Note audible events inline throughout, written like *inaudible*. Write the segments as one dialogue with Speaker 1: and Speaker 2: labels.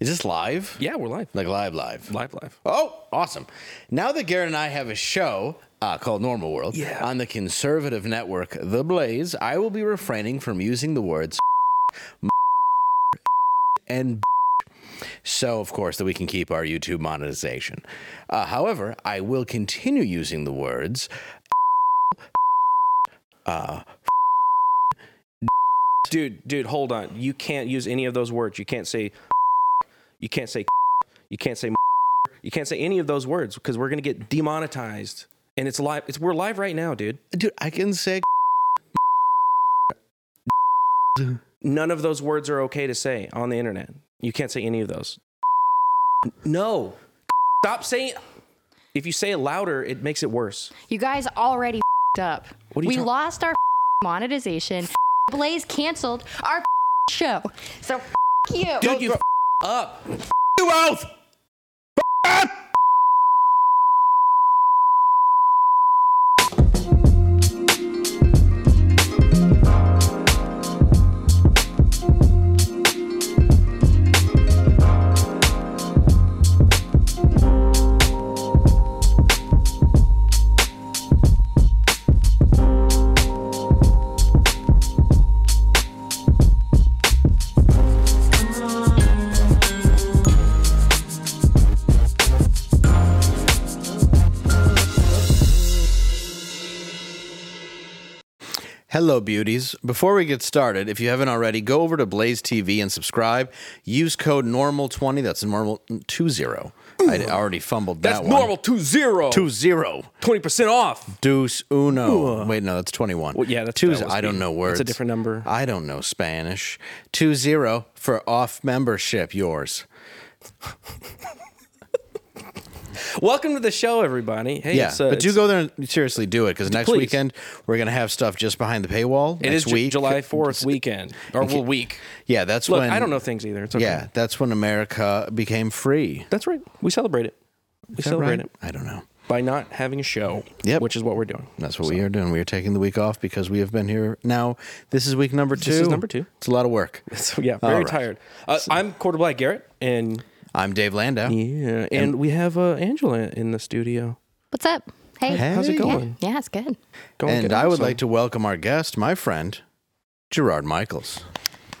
Speaker 1: Is this live?
Speaker 2: Yeah, we're live.
Speaker 1: Like live, live.
Speaker 2: Live, live.
Speaker 1: Oh, awesome. Now that Garrett and I have a show uh, called Normal World
Speaker 2: Yeah.
Speaker 1: on the conservative network The Blaze, I will be refraining from using the words and so, of course, that we can keep our YouTube monetization. Uh, however, I will continue using the words uh,
Speaker 2: Dude, dude, hold on. You can't use any of those words. You can't say *laughs* you can't say *laughs* you can't say *laughs* you can't say any of those words because we're going to get demonetized. And it's live. It's we're live right now, dude.
Speaker 1: dude. I can say
Speaker 2: None of those words are okay to say on the internet. You can't say any of those. No. Stop saying If you say it louder, it makes it worse.
Speaker 3: You guys already fed up.
Speaker 2: What are you
Speaker 3: we
Speaker 2: talk-
Speaker 3: lost our monetization. Blaze canceled our show. So f- you.
Speaker 2: Dude, you
Speaker 1: throw-
Speaker 2: f- up.
Speaker 1: you out. Hello, beauties. Before we get started, if you haven't already, go over to Blaze TV and subscribe. Use code normal20. That's normal 20. I already fumbled that
Speaker 2: That's
Speaker 1: one.
Speaker 2: normal 2-0.
Speaker 1: 20.
Speaker 2: 20% off.
Speaker 1: Deuce uno. Wait, no, that's 21.
Speaker 2: Well, yeah, that's-
Speaker 1: two.
Speaker 2: that was
Speaker 1: I don't
Speaker 2: me.
Speaker 1: know
Speaker 2: That's a
Speaker 1: words.
Speaker 2: different number.
Speaker 1: I don't know Spanish. 20 for off membership, yours.
Speaker 2: Welcome to the show, everybody. Hey,
Speaker 1: Yeah,
Speaker 2: it's, uh,
Speaker 1: but do
Speaker 2: it's-
Speaker 1: go there and seriously do it because next
Speaker 2: please.
Speaker 1: weekend we're gonna have stuff just behind the paywall.
Speaker 2: It
Speaker 1: next
Speaker 2: is Ju-
Speaker 1: week,
Speaker 2: July 4th weekend. Or well, week.
Speaker 1: Yeah, that's
Speaker 2: Look,
Speaker 1: when
Speaker 2: I don't know things either. It's okay.
Speaker 1: Yeah, that's when America became free.
Speaker 2: That's right. We celebrate it. We
Speaker 1: that
Speaker 2: celebrate
Speaker 1: right?
Speaker 2: it
Speaker 1: I don't know.
Speaker 2: by not having a show,
Speaker 1: Yep.
Speaker 2: which is what we're doing. *laughs*
Speaker 1: That's what we are doing. We are taking the week off because we have been here now. This is week number two.
Speaker 2: is number two.
Speaker 1: It's a lot of work.
Speaker 2: So yeah, very
Speaker 1: right.
Speaker 2: tired. Uh, I'm Quarter Black Garrett, and
Speaker 1: I'm Dave Landau.
Speaker 2: yeah, and, we have uh, Angela in the studio.
Speaker 3: What's up? Hey.
Speaker 2: How's it
Speaker 1: Hey.
Speaker 3: Yeah.
Speaker 2: going?
Speaker 3: yeah, it's good.
Speaker 2: Going
Speaker 1: And
Speaker 2: good.
Speaker 1: I would
Speaker 2: Awesome.
Speaker 1: like to welcome our guest, my friend, Gerard Michaels.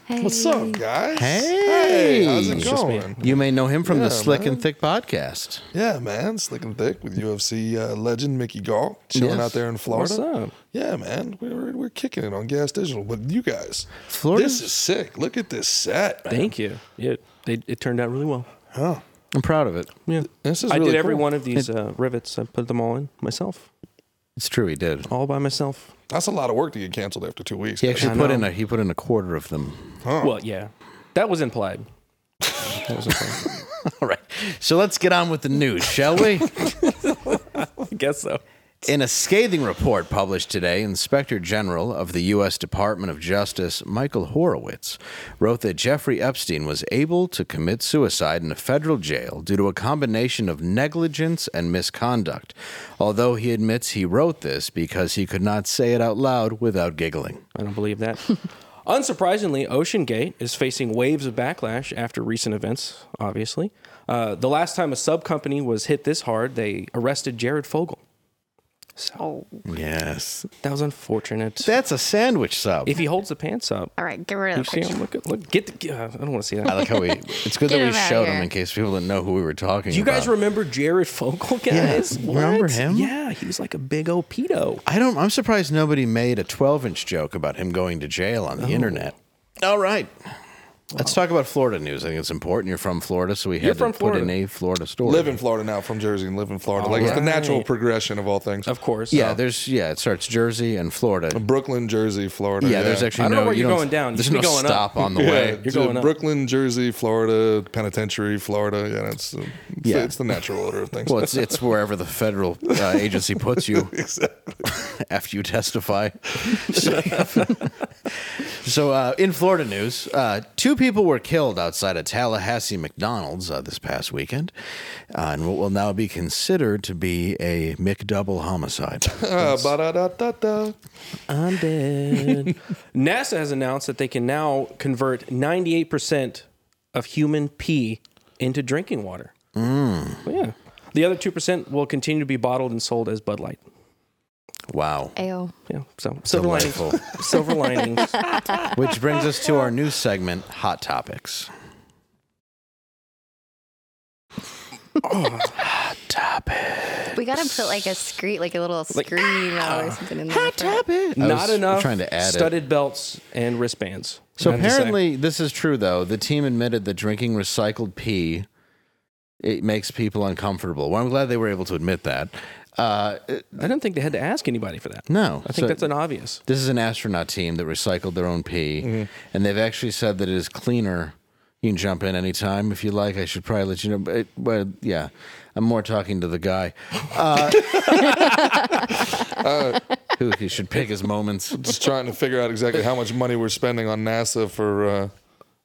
Speaker 3: Hey.
Speaker 4: What's up, guys?
Speaker 1: Hey!
Speaker 4: Hey, how's
Speaker 1: It's
Speaker 4: it
Speaker 2: just me.
Speaker 4: going?
Speaker 1: You may know him from the
Speaker 4: Yeah,
Speaker 1: Slick
Speaker 4: man.
Speaker 1: and Thick podcast.
Speaker 4: Yeah, man, slick and thick with UFC uh, legend Mickey Gall chilling
Speaker 1: Yes.
Speaker 4: out there in Florida.
Speaker 2: What's up?
Speaker 4: Yeah, man, we we're we're kicking it on Gas Digital, but you guys,
Speaker 1: Florida's-
Speaker 4: this is sick. Look at this set. man.
Speaker 2: Thank you. Yeah, they, it turned out really well.
Speaker 4: Huh.
Speaker 1: I'm proud of it.
Speaker 2: Yeah,
Speaker 4: This is
Speaker 2: I
Speaker 4: really
Speaker 2: did every
Speaker 4: cool.
Speaker 2: one of these uh, rivets. I put them all in myself,
Speaker 1: It's true, he did.
Speaker 2: all by myself.
Speaker 4: That's a lot of work to get canceled after two weeks.
Speaker 1: He
Speaker 4: guys.
Speaker 1: actually
Speaker 2: I
Speaker 1: put
Speaker 2: know.
Speaker 1: in a he put in a quarter of them. *laughs*
Speaker 4: Huh.
Speaker 2: Well, yeah, that was implied. That was implied.
Speaker 1: All right. So let's get on with the news, shall we?
Speaker 2: *laughs* I guess so.
Speaker 1: In a scathing report published today, Inspector General of the U.S. Department of Justice Michael Horowitz wrote that Jeffrey Epstein was able to commit suicide in a federal jail due to a combination of negligence and misconduct, although he admits he wrote this because he could not say it out loud without giggling.
Speaker 2: I don't believe that. *laughs* Unsurprisingly, Ocean Gate is facing waves of backlash after recent events, obviously. Uh, the last time a sub company was hit this hard, they arrested Jared Fogle. So
Speaker 1: Oh. Yes.
Speaker 2: that was unfortunate.
Speaker 1: That's a sandwich sub.
Speaker 2: if he holds the pants up,
Speaker 3: All right, get rid
Speaker 2: you
Speaker 3: of
Speaker 2: see
Speaker 3: it.
Speaker 2: him? Look, look, get the, get- uh, I don't want to see
Speaker 1: I
Speaker 2: that.
Speaker 1: like how we. It's good that
Speaker 3: Get
Speaker 1: we
Speaker 3: him outta
Speaker 1: showed
Speaker 3: here.
Speaker 1: him in case people didn't know who we were talking.
Speaker 2: Do you guys
Speaker 1: about.
Speaker 2: remember Jared Fogle, guys?
Speaker 1: Yeah, remember
Speaker 2: What?
Speaker 1: him?
Speaker 2: Yeah, he was like a big old pedo.
Speaker 1: I don't. I'm surprised nobody made a 12 inch joke about him going to jail on
Speaker 2: Oh.
Speaker 1: the internet. All right. Let's talk about Florida news. I think it's important. You're from Florida, so we
Speaker 2: You're
Speaker 1: had
Speaker 2: from
Speaker 1: to put in
Speaker 2: Florida.
Speaker 1: a Florida story.
Speaker 4: live in Florida now from Jersey and live in Florida. like it's the
Speaker 2: right.
Speaker 4: natural progression of all things.
Speaker 2: Of course.
Speaker 1: yeah, there's yeah. It starts Jersey and Florida.
Speaker 4: Brooklyn, Jersey, Florida.
Speaker 1: Yeah, there's actually
Speaker 2: Oh, I don't know
Speaker 1: no.
Speaker 2: where
Speaker 1: you
Speaker 2: you're
Speaker 1: don't-
Speaker 2: going down. You
Speaker 1: There's
Speaker 2: should
Speaker 1: no
Speaker 2: be going up.
Speaker 1: stop
Speaker 2: *laughs*
Speaker 1: on the
Speaker 4: Yeah,
Speaker 1: way.
Speaker 2: You're
Speaker 4: to
Speaker 2: going up.
Speaker 4: Brooklyn, Jersey, Florida, Penitentiary, Florida. Yeah, that's uh,
Speaker 1: Yeah.
Speaker 4: yeah. it's the natural order of things.
Speaker 1: Well, it's it's wherever the federal uh, agency puts you
Speaker 4: exactly.
Speaker 1: after you testify. *laughs* So, so, uh, in Florida news, uh, two people were killed outside a Tallahassee McDonald's uh, this past weekend, uh, and what will now be considered to be a McDouble homicide.
Speaker 4: Uh, ba-da-da-da-da.
Speaker 1: *laughs*
Speaker 2: I'm dead. NASA has announced that they can now convert 98% of human pee into drinking water.
Speaker 1: Mm.
Speaker 2: But yeah. The other 2% will continue to be bottled and sold as Bud Light.
Speaker 1: Wow.
Speaker 3: Ayo.
Speaker 2: Yeah. So silver linings.
Speaker 1: Delightful.
Speaker 2: *laughs*
Speaker 1: *laughs*
Speaker 2: silver linings.
Speaker 1: Which brings us to our new segment, Hot Topics. Hot Topics.
Speaker 3: We gotta put like a screen, like a little
Speaker 2: Like,
Speaker 3: screen or something in there.
Speaker 1: Hot
Speaker 3: for-
Speaker 1: Topics.
Speaker 2: Not enough
Speaker 1: Trying to add it.
Speaker 2: studded belts and wristbands.
Speaker 1: So
Speaker 2: I have to say.
Speaker 1: apparently, this is true though. The team admitted that drinking recycled pee it makes people uncomfortable. Well, I'm glad they were able to admit that. Uh, it-
Speaker 2: I don't think they had to ask anybody for that.
Speaker 1: no,
Speaker 2: I think that's an obvious.
Speaker 1: This is an astronaut team that recycled their own pee,
Speaker 2: Mm-hmm.
Speaker 1: and they've actually said that it is cleaner. You can jump in anytime if you like. I should probably let you know. But, it, but yeah, I'm more talking to the guy *laughs* uh, who, who should pick his moments.
Speaker 4: Just trying to figure out exactly how much money we're spending on NASA for uh,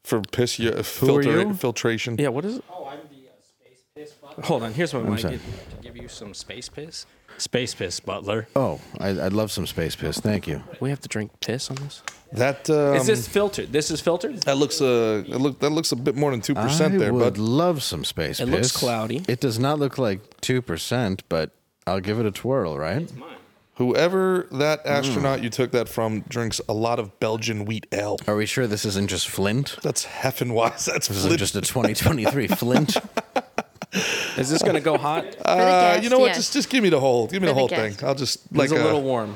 Speaker 4: for piss y- uh, filter-
Speaker 1: you?
Speaker 4: filtration.
Speaker 2: Yeah, what is it?
Speaker 5: Oh, I'm the uh, space piss butler.
Speaker 2: Hold on, here's my mic.
Speaker 1: sorry.
Speaker 5: To give you some space piss. Space piss butler.
Speaker 1: Oh, I, I'd love some space piss. Thank you.
Speaker 2: We have to drink piss on this?
Speaker 4: That um,
Speaker 2: is this filtered? This is filtered?
Speaker 4: that looks uh, it look that looks a bit more than two percent
Speaker 1: I
Speaker 4: there,
Speaker 1: would
Speaker 4: but
Speaker 1: love some space.
Speaker 2: It
Speaker 1: piss.
Speaker 2: looks cloudy.
Speaker 1: It does not look like two percent, but I'll give it a twirl. Right?
Speaker 4: whoever
Speaker 1: Hmm.
Speaker 4: that astronaut you took that from drinks a lot of Belgian wheat ale.
Speaker 1: Are we sure this isn't just Flint?
Speaker 4: That's Heffenweiss. That's
Speaker 1: This is
Speaker 4: lit-
Speaker 1: just a *laughs* 2023 Flint.
Speaker 2: Is this going to *laughs* go hot?
Speaker 3: for the
Speaker 4: Uh,
Speaker 3: guest,
Speaker 4: you know what?
Speaker 3: yes.
Speaker 4: Just just give me the whole give me the
Speaker 3: For the
Speaker 4: whole
Speaker 3: guest.
Speaker 4: thing. I'll just
Speaker 2: Like
Speaker 4: like
Speaker 2: it's a
Speaker 4: uh,
Speaker 2: little warm.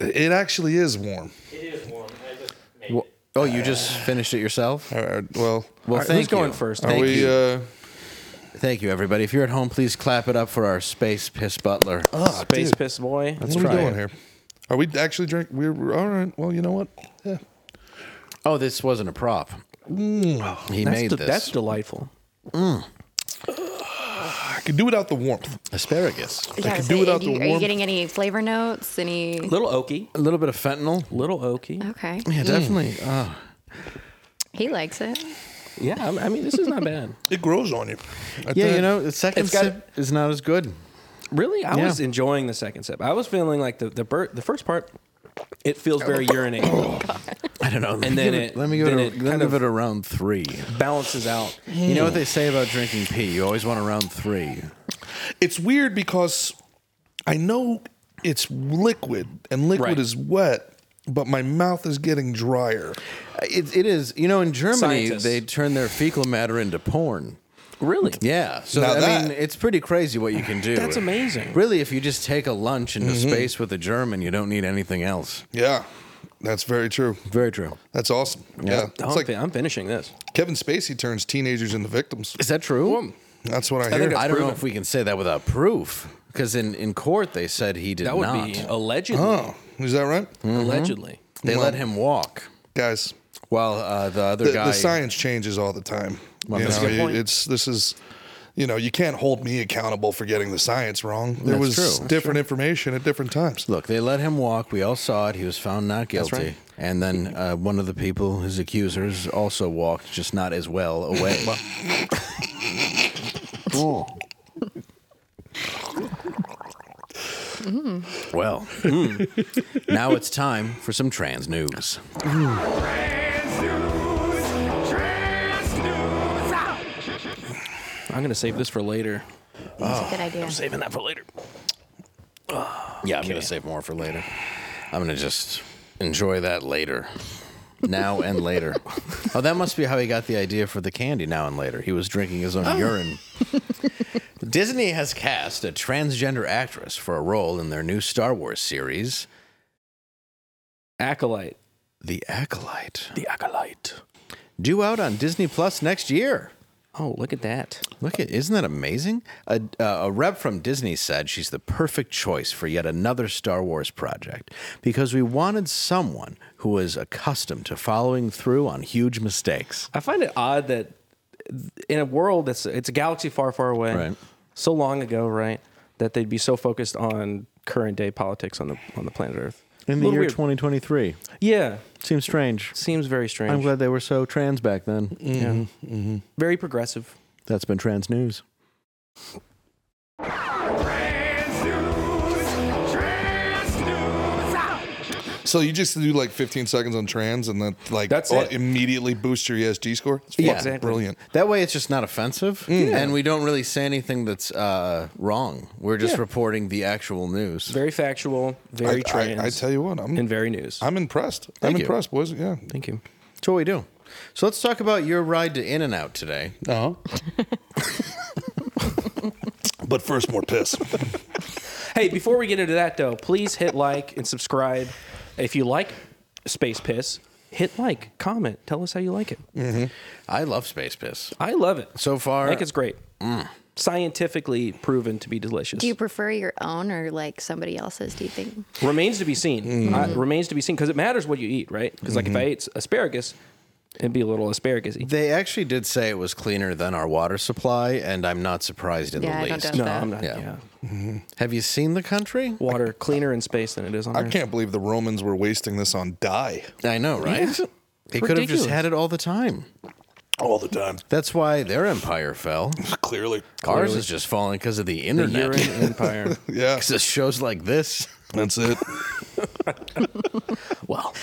Speaker 4: It actually is warm.
Speaker 5: It is warm. I just made
Speaker 1: Well, oh, you just finished it yourself.
Speaker 4: All right, well,
Speaker 1: Well,
Speaker 2: All right,
Speaker 1: thank
Speaker 2: who's going
Speaker 1: you.
Speaker 2: first?
Speaker 4: are
Speaker 1: Thank
Speaker 4: we?
Speaker 1: you.
Speaker 4: Uh,
Speaker 1: Thank you, everybody. If you're at home, please clap it up for our space piss butler.
Speaker 2: Space piss boy.
Speaker 4: what are we
Speaker 1: try
Speaker 4: doing
Speaker 1: it.
Speaker 4: here? Are we actually drink? We're, we're all right. Well, you know what? Yeah.
Speaker 1: Oh, this wasn't a prop. he
Speaker 2: That's,
Speaker 1: made
Speaker 2: de-
Speaker 1: this
Speaker 2: that's delightful.
Speaker 4: I can do without the warmth.
Speaker 1: asparagus.
Speaker 3: Yeah, I
Speaker 4: could
Speaker 3: was
Speaker 4: do
Speaker 3: gonna say,
Speaker 4: without
Speaker 3: do
Speaker 4: the
Speaker 3: you- Are you
Speaker 4: warmth.
Speaker 3: getting any flavor notes? Any?
Speaker 2: Little oaky.
Speaker 1: A little bit of fentanyl.
Speaker 2: Little oaky.
Speaker 3: Okay,
Speaker 1: Yeah, definitely. Oh.
Speaker 3: he likes it.
Speaker 2: Yeah, I'm- I mean, this is not *laughs* bad.
Speaker 4: It grows on you. I
Speaker 1: Yeah, you
Speaker 4: think.
Speaker 1: know, the second
Speaker 2: It's got-
Speaker 1: sip is not as good.
Speaker 2: Really, I
Speaker 1: Yeah.
Speaker 2: was enjoying the second sip. I was feeling like the the, bur- the first part, it feels *coughs* very urinating.
Speaker 1: I don't know. Let
Speaker 2: And
Speaker 1: me
Speaker 2: then
Speaker 1: give
Speaker 2: it-
Speaker 1: let me give
Speaker 2: then
Speaker 1: it, a-
Speaker 2: it
Speaker 1: let me
Speaker 2: kind
Speaker 1: give
Speaker 2: of-
Speaker 1: it around three.
Speaker 2: Balances out.
Speaker 1: You know what they say about drinking pee? You always want around three.
Speaker 4: it's weird because I know it's liquid and liquid
Speaker 2: Right.
Speaker 4: is wet, but my mouth is getting drier.
Speaker 1: Uh, It, it is. You know, in Germany,
Speaker 2: Scientists.
Speaker 1: they turn their fecal matter into porn.
Speaker 2: Really?
Speaker 1: Yeah. So,
Speaker 4: Now
Speaker 1: I
Speaker 4: that-
Speaker 1: mean, it's pretty crazy what you can do.
Speaker 2: That's amazing.
Speaker 1: Really, if you just take a lunch into space with a German, you don't need anything else.
Speaker 4: Yeah, that's very true.
Speaker 1: Very true.
Speaker 4: That's awesome. Yeah,
Speaker 2: Oh,
Speaker 4: it's
Speaker 2: I'm,
Speaker 4: like
Speaker 2: fi- I'm finishing this.
Speaker 4: Kevin Spacey turns teenagers into victims.
Speaker 1: Is that true?
Speaker 4: That's what I,
Speaker 1: I,
Speaker 4: hear.
Speaker 1: don't know if we can say that without proof. Because in, in court, they said he did
Speaker 2: That would
Speaker 1: not.
Speaker 2: be allegedly.
Speaker 4: oh, is that right,
Speaker 1: Hmm.
Speaker 2: Allegedly.
Speaker 1: They let him walk
Speaker 4: guys?
Speaker 1: while uh, the other
Speaker 4: the,
Speaker 1: guy.
Speaker 4: the science changes all the time. you
Speaker 1: that's a
Speaker 4: know,
Speaker 1: good
Speaker 4: you-
Speaker 2: point.
Speaker 4: it's this is, you know, you can't hold me accountable for getting the science wrong. There
Speaker 1: That's
Speaker 4: was
Speaker 1: true. That's
Speaker 4: different information at different times.
Speaker 1: Look, they let him walk. We all saw it. He was found not guilty.
Speaker 2: right.
Speaker 1: And then uh, one of the people, his accusers, also walked, just not as well, away. Well, hmm. now it's time for some trans news.
Speaker 2: I'm going to save this for later.
Speaker 3: That's a good idea.
Speaker 2: Mm-hmm. Saving that for later.
Speaker 1: Yeah, I'm going to save more for later. I'm going to just enjoy that later. Now and later. Oh, that must be how he got the idea for the candy now and later. He was drinking his own urine. Disney has cast a transgender actress for a role in their new Star Wars series,
Speaker 2: Acolyte.
Speaker 1: The Acolyte.
Speaker 2: The Acolyte.
Speaker 1: Due out on Disney Plus next year.
Speaker 2: Oh, look at that.
Speaker 1: Look at, isn't that amazing? A, uh, a rep from Disney said she's the perfect choice for yet another Star Wars project because we wanted someone who was accustomed to following through on huge mistakes.
Speaker 2: I find it odd that in a world that's it's a galaxy far, far away,
Speaker 1: Right.
Speaker 2: so long ago, right, that they'd be so focused on current day politics on the on the planet Earth.
Speaker 1: In the
Speaker 2: Little
Speaker 1: year
Speaker 2: weird.
Speaker 1: 2023.
Speaker 2: yeah,
Speaker 1: Seems strange.
Speaker 2: seems very strange. Mm-hmm.
Speaker 1: I'm glad they were so trans back then.
Speaker 2: Yeah. Very progressive.
Speaker 1: That's been trans news.
Speaker 4: So you just do like 15 seconds on trans, and then like
Speaker 2: That's
Speaker 4: au-
Speaker 2: it.
Speaker 4: immediately boost your ESG score. It's
Speaker 1: Yeah.
Speaker 4: fucking
Speaker 2: Exactly.
Speaker 4: brilliant.
Speaker 1: That way, it's just not offensive,
Speaker 2: Mm.
Speaker 1: and we don't really say anything that's uh, wrong. We're just
Speaker 2: Yeah.
Speaker 1: reporting the actual news.
Speaker 2: Very factual, very
Speaker 4: I- I,
Speaker 2: trans,
Speaker 4: I tell you what, I'm
Speaker 2: and very news.
Speaker 4: I'm impressed. I'm
Speaker 1: you.
Speaker 4: impressed, boys. Yeah.
Speaker 2: Thank you.
Speaker 1: that's what we do. So let's talk about your ride to In and Out today.
Speaker 4: No. *laughs* but first, more piss.
Speaker 2: Hey, before we get into that though, please hit like and subscribe. If you like Space Piss, hit like, comment, tell us how you like it.
Speaker 1: I love space piss.
Speaker 2: I love it.
Speaker 1: Mm. So far- Mm.
Speaker 2: I think it's great. Scientifically proven to be delicious.
Speaker 3: Do you prefer your own or like somebody else's? Do you think?
Speaker 2: remains to be seen.
Speaker 4: Mm.
Speaker 2: I- remains to be seen because it matters what you eat, right? Because
Speaker 4: Mm-hmm.
Speaker 2: like if I ate asparagus, it'd be a little asparagusy.
Speaker 1: They actually did say it was cleaner than our water supply, and I'm not surprised in
Speaker 3: Yeah, I
Speaker 1: the
Speaker 3: don't
Speaker 1: least.
Speaker 3: doubt
Speaker 2: No,
Speaker 3: that.
Speaker 2: I'm not.
Speaker 1: Yeah.
Speaker 2: Yeah.
Speaker 1: Have you seen the country?
Speaker 2: water cleaner in space than it is on
Speaker 4: I
Speaker 2: Earth.
Speaker 4: can't believe the Romans were wasting this on dye
Speaker 1: I know, right? They could have just
Speaker 2: Ridiculous.
Speaker 1: had it all the time.
Speaker 4: all
Speaker 1: *laughs*
Speaker 4: the time.
Speaker 1: That's why their empire fell.
Speaker 4: Clearly.
Speaker 1: Ours is just falling because of the
Speaker 2: The
Speaker 1: internet.
Speaker 2: urine
Speaker 4: *laughs*
Speaker 2: empire.
Speaker 1: *laughs*
Speaker 4: Yeah.
Speaker 1: 'Cause of shows like this.
Speaker 4: That's it.
Speaker 2: Well,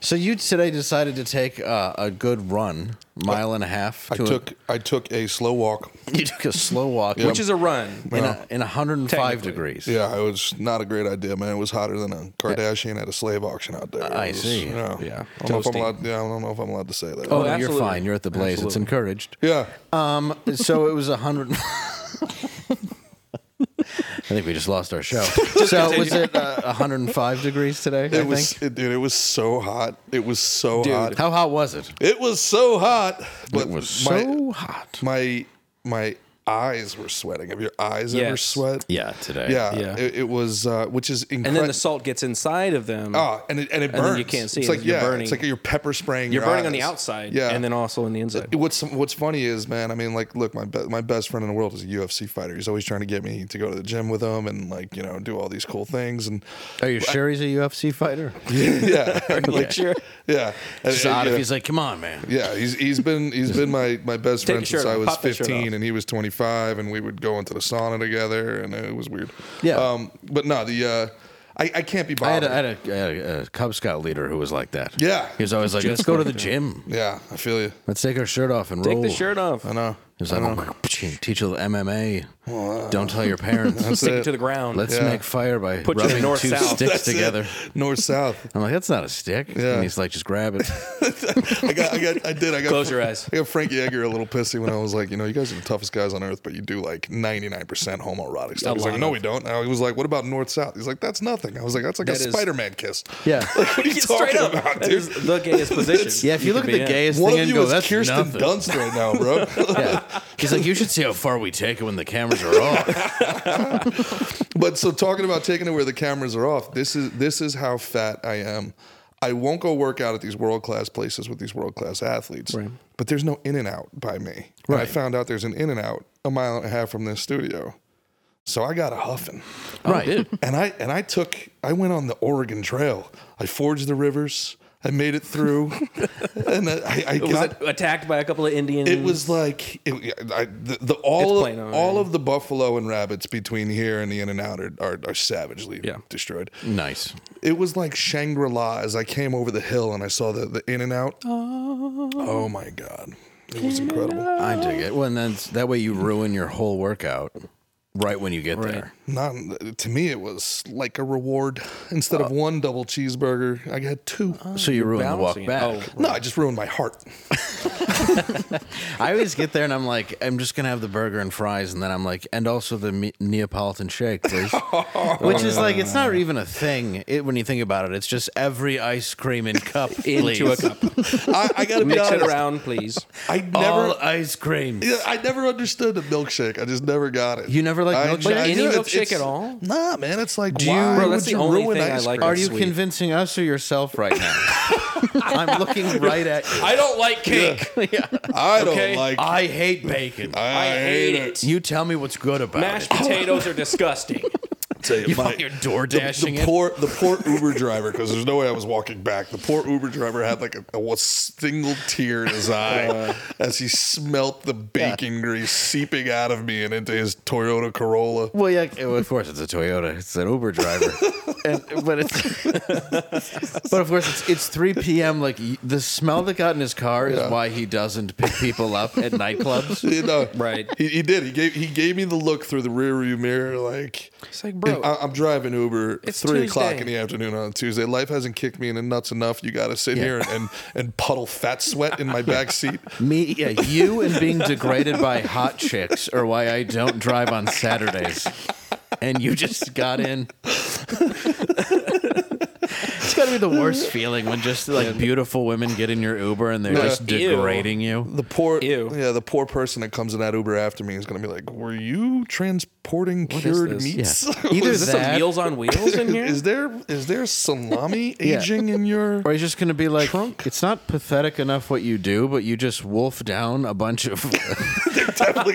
Speaker 1: So you today decided to take uh, a good run, mile and a half.
Speaker 4: I
Speaker 1: to a-
Speaker 4: took I took a slow walk.
Speaker 1: *laughs* you took a slow walk,
Speaker 4: Yeah.
Speaker 1: which
Speaker 2: which is a run.
Speaker 1: in, a, in 105
Speaker 2: Technically.
Speaker 1: degrees.
Speaker 4: Yeah, it was not a great idea, man. It was hotter than a Kardashian at a slave auction out there. It
Speaker 1: I
Speaker 4: was-
Speaker 1: see.
Speaker 4: Yeah.
Speaker 2: Yeah.
Speaker 4: I don't know if I'm
Speaker 2: Toasty.
Speaker 4: allowed, yeah, I don't know if I'm allowed to say that.
Speaker 1: Oh, you're
Speaker 2: absolutely.
Speaker 1: fine. You're at the blaze. It's
Speaker 2: Absolutely.
Speaker 1: encouraged.
Speaker 4: Yeah.
Speaker 2: Oh,
Speaker 1: Um, so it was a hundred. *laughs* I think we just lost our show. so was it uh, 105 degrees today? I
Speaker 4: It was
Speaker 1: think.
Speaker 4: it, dude, it was so hot. It was so hot.
Speaker 1: How hot was it?
Speaker 4: It was so hot. But
Speaker 1: It was
Speaker 4: my,
Speaker 1: so hot.
Speaker 4: my my eyes were sweating. Have your eyes ever
Speaker 2: Yes.
Speaker 4: sweat?
Speaker 1: Yeah, today.
Speaker 4: Yeah.
Speaker 2: Yeah.
Speaker 4: It, it was uh, which is incredible.
Speaker 2: And then the salt gets inside of them.
Speaker 4: Ah, and it, and it burns.
Speaker 2: then you can't see
Speaker 4: It's
Speaker 2: it.
Speaker 4: like
Speaker 2: You're
Speaker 4: yeah,
Speaker 2: burning.
Speaker 4: it's like you're pepper spraying.
Speaker 2: You're
Speaker 4: your
Speaker 2: burning on the
Speaker 4: eyes.
Speaker 2: outside,
Speaker 4: Yeah,
Speaker 2: and then also on the inside.
Speaker 4: What's what's funny is, man. I mean, like, look, my be- my best friend in the world is a UFC fighter. He's always trying to get me to go to the gym with him and like you know do all these cool things
Speaker 2: *laughs*
Speaker 4: and
Speaker 1: Are you sure he's a UFC fighter?
Speaker 4: yeah, *laughs* and, like,
Speaker 2: Sure.
Speaker 4: yeah. And-
Speaker 1: It's
Speaker 4: and,
Speaker 1: odd
Speaker 4: you
Speaker 1: if
Speaker 4: know,
Speaker 1: he's like, come on, man.
Speaker 4: yeah, he's he's been he's been my, my best
Speaker 2: Take
Speaker 4: friend
Speaker 2: your
Speaker 4: since
Speaker 2: shirt
Speaker 4: I
Speaker 2: off.
Speaker 4: was
Speaker 2: Pop that shirt
Speaker 4: 15,
Speaker 2: off.
Speaker 4: and he was 25, and we would go into the sauna together, and it was weird.
Speaker 1: Yeah.
Speaker 4: Um, but no, the uh, I I can't be
Speaker 1: I had, a,
Speaker 4: bothered.
Speaker 1: I had a, I had a, a Cub Scout leader who was like that.
Speaker 4: Yeah.
Speaker 1: He was always like, let's go to the gym.
Speaker 4: yeah, I feel you.
Speaker 1: Let's take our shirt off and
Speaker 2: Take
Speaker 1: roll.
Speaker 4: Oh.
Speaker 2: the shirt off.
Speaker 4: I know.
Speaker 1: He was
Speaker 4: Oh
Speaker 1: like, teach you the MMA. Don't tell your
Speaker 4: *laughs*
Speaker 1: parents.
Speaker 2: Stick
Speaker 4: it.
Speaker 2: it to the ground. *laughs*
Speaker 1: Let's
Speaker 4: Yeah.
Speaker 1: make fire by
Speaker 2: Put you in
Speaker 1: rubbing
Speaker 2: north
Speaker 1: two
Speaker 2: south.
Speaker 1: sticks
Speaker 4: That's it.
Speaker 1: together.
Speaker 4: North South.
Speaker 1: I'm like, that's not a stick.
Speaker 4: Yeah.
Speaker 1: And he's like, just grab *laughs* it.
Speaker 4: I got, I got, I did. I got.
Speaker 2: Close your eyes.
Speaker 4: I got Frankie Edgar a little pissy when I was like, you know, you guys are the toughest guys on earth, but you do like 99% homoerotic
Speaker 2: A
Speaker 4: stuff. He's like,
Speaker 2: lot
Speaker 4: no,
Speaker 2: of-
Speaker 4: we don't. I was like, what about North South? He's like, that's nothing. I was like, that's like
Speaker 2: That
Speaker 4: a
Speaker 2: is-
Speaker 4: Spider Man kiss.
Speaker 1: Yeah.
Speaker 4: Like, *laughs* what are you talking about,
Speaker 2: That
Speaker 4: dude?
Speaker 2: is the
Speaker 4: *laughs*
Speaker 2: gayest position.
Speaker 1: Yeah, if you, look at
Speaker 2: could
Speaker 1: the
Speaker 2: be in.
Speaker 1: gayest
Speaker 4: One
Speaker 1: thing
Speaker 4: of
Speaker 1: and
Speaker 4: you
Speaker 1: go,
Speaker 4: is
Speaker 1: that's
Speaker 4: Kirsten
Speaker 1: nothing.
Speaker 4: Dunst right now,
Speaker 2: *laughs*
Speaker 4: bro.
Speaker 1: *laughs*
Speaker 4: *laughs*
Speaker 1: Yeah. He's like, you should see how far we take it when the cameras are off.
Speaker 4: but so talking about taking it where the cameras are off, this is this is how fat I am. I won't go work out at these world class places with these world class athletes.
Speaker 2: Right.
Speaker 4: But there's no in and out by me. And I
Speaker 1: Right.
Speaker 4: found out there's an in and out a mile and a half from this studio. So I got a huffing.
Speaker 1: right.
Speaker 4: And I and I took I went on the Oregon Trail. I forged the rivers. I made
Speaker 2: *laughs*
Speaker 4: it through. and I, I
Speaker 2: Was
Speaker 4: got
Speaker 2: it attacked by a couple of Indians?
Speaker 4: it was like it, I, the, the all
Speaker 2: It's
Speaker 4: of,
Speaker 2: plain, all right.
Speaker 4: all of the buffalo and rabbits between here and the in and out are, are, are savagely
Speaker 2: Yeah.
Speaker 4: destroyed.
Speaker 1: Nice.
Speaker 4: It was like Shangri La as I came over the hill and I saw the, the in and out. Oh. my god, it was incredible.
Speaker 1: I dig it. Well, and then that way you ruin your whole workout right when you get there.
Speaker 4: Not to me, it was like a reward. Instead of one double cheeseburger, I had two.
Speaker 1: So you ruin the walk
Speaker 2: balancing it.
Speaker 1: back.
Speaker 4: no, I just ruined my heart.
Speaker 1: *laughs* I always get there and I'm like, I'm just gonna have the burger and fries, and then I'm like, and also the me- Neapolitan shake, *laughs* please. Which is like, it's not even a thing it, when you think about it. It's just every ice cream in cup, please.
Speaker 2: into a cup.
Speaker 4: I, I gotta be
Speaker 2: Mix it
Speaker 4: honest.
Speaker 2: around, please.
Speaker 4: I never.
Speaker 1: All ice cream.
Speaker 4: Yeah, I never understood the milkshake. I just never got it.
Speaker 1: You never liked
Speaker 4: I-
Speaker 1: milkshake?
Speaker 4: I-
Speaker 2: Any
Speaker 4: it's-
Speaker 2: milkshake
Speaker 4: it's-
Speaker 2: at all?
Speaker 4: Nah, man. It's like
Speaker 1: you-
Speaker 4: why
Speaker 1: Bro,
Speaker 4: would
Speaker 2: that's the
Speaker 4: you
Speaker 2: only
Speaker 4: ruin
Speaker 2: thing I
Speaker 4: ice
Speaker 2: like.
Speaker 4: cream?
Speaker 1: Are you
Speaker 2: Sweet.
Speaker 1: convincing us or yourself right now? I'm looking right at you.
Speaker 2: I don't like cake.
Speaker 4: I don't
Speaker 2: Okay.
Speaker 4: like. I,
Speaker 1: I hate bacon.
Speaker 2: I hate it.
Speaker 1: You tell me what's good about
Speaker 2: Mashed
Speaker 1: it.
Speaker 2: potatoes are disgusting.
Speaker 4: tell
Speaker 2: *laughs*
Speaker 4: you,
Speaker 1: *laughs*
Speaker 4: my,
Speaker 1: You're door
Speaker 4: the-
Speaker 1: dashing
Speaker 4: the,
Speaker 1: it.
Speaker 4: poor the poor Uber driver because there's no way I was walking back. The poor Uber driver had like a, a single tear in his
Speaker 2: *laughs*
Speaker 4: eye
Speaker 2: Uh.
Speaker 4: as he smelt the bacon grease seeping out of me and into his Toyota Corolla.
Speaker 1: Well, yeah, of course it's a Toyota. It's an Uber driver, and, but it's but of course it's *laughs* it's three p.m. Like y- the smell that got in his car is
Speaker 4: Yeah.
Speaker 1: why he doesn't pick people up at nightclubs.
Speaker 4: You know,
Speaker 2: Right.
Speaker 4: uh, He, he did. He gave he gave me the look through the rearview mirror, like
Speaker 2: It's like, bro.
Speaker 4: I, I'm driving Uber
Speaker 2: It's
Speaker 4: three o'clock
Speaker 2: Tuesday.
Speaker 4: in the afternoon on a Tuesday. Life hasn't kicked me in the nuts enough. You got to sit
Speaker 1: Yeah.
Speaker 4: here and, and and puddle fat
Speaker 1: *laughs*
Speaker 4: sweat in my back seat.
Speaker 1: Me, yeah, you and being degraded by hot chicks are why I don't drive on Saturdays. And you just got in. it's got to be the worst feeling when just like beautiful women get in your Uber and they're just
Speaker 2: Ew.
Speaker 1: degrading you.
Speaker 4: The poor,
Speaker 2: Ew.
Speaker 4: yeah, the poor person that comes in that Uber after me is going to be like, "Were you transporting cured
Speaker 2: this?
Speaker 4: meats?
Speaker 1: Yeah.
Speaker 4: *laughs*
Speaker 1: Either
Speaker 4: Was
Speaker 2: is this
Speaker 1: that-
Speaker 2: a Meals on Wheels in here?
Speaker 4: is there is
Speaker 1: *laughs*
Speaker 4: there salami aging in your?
Speaker 1: Or he's just going to be like, it's not pathetic enough what you do, but you just wolf down a bunch
Speaker 4: *laughs*
Speaker 1: of.
Speaker 4: Definitely,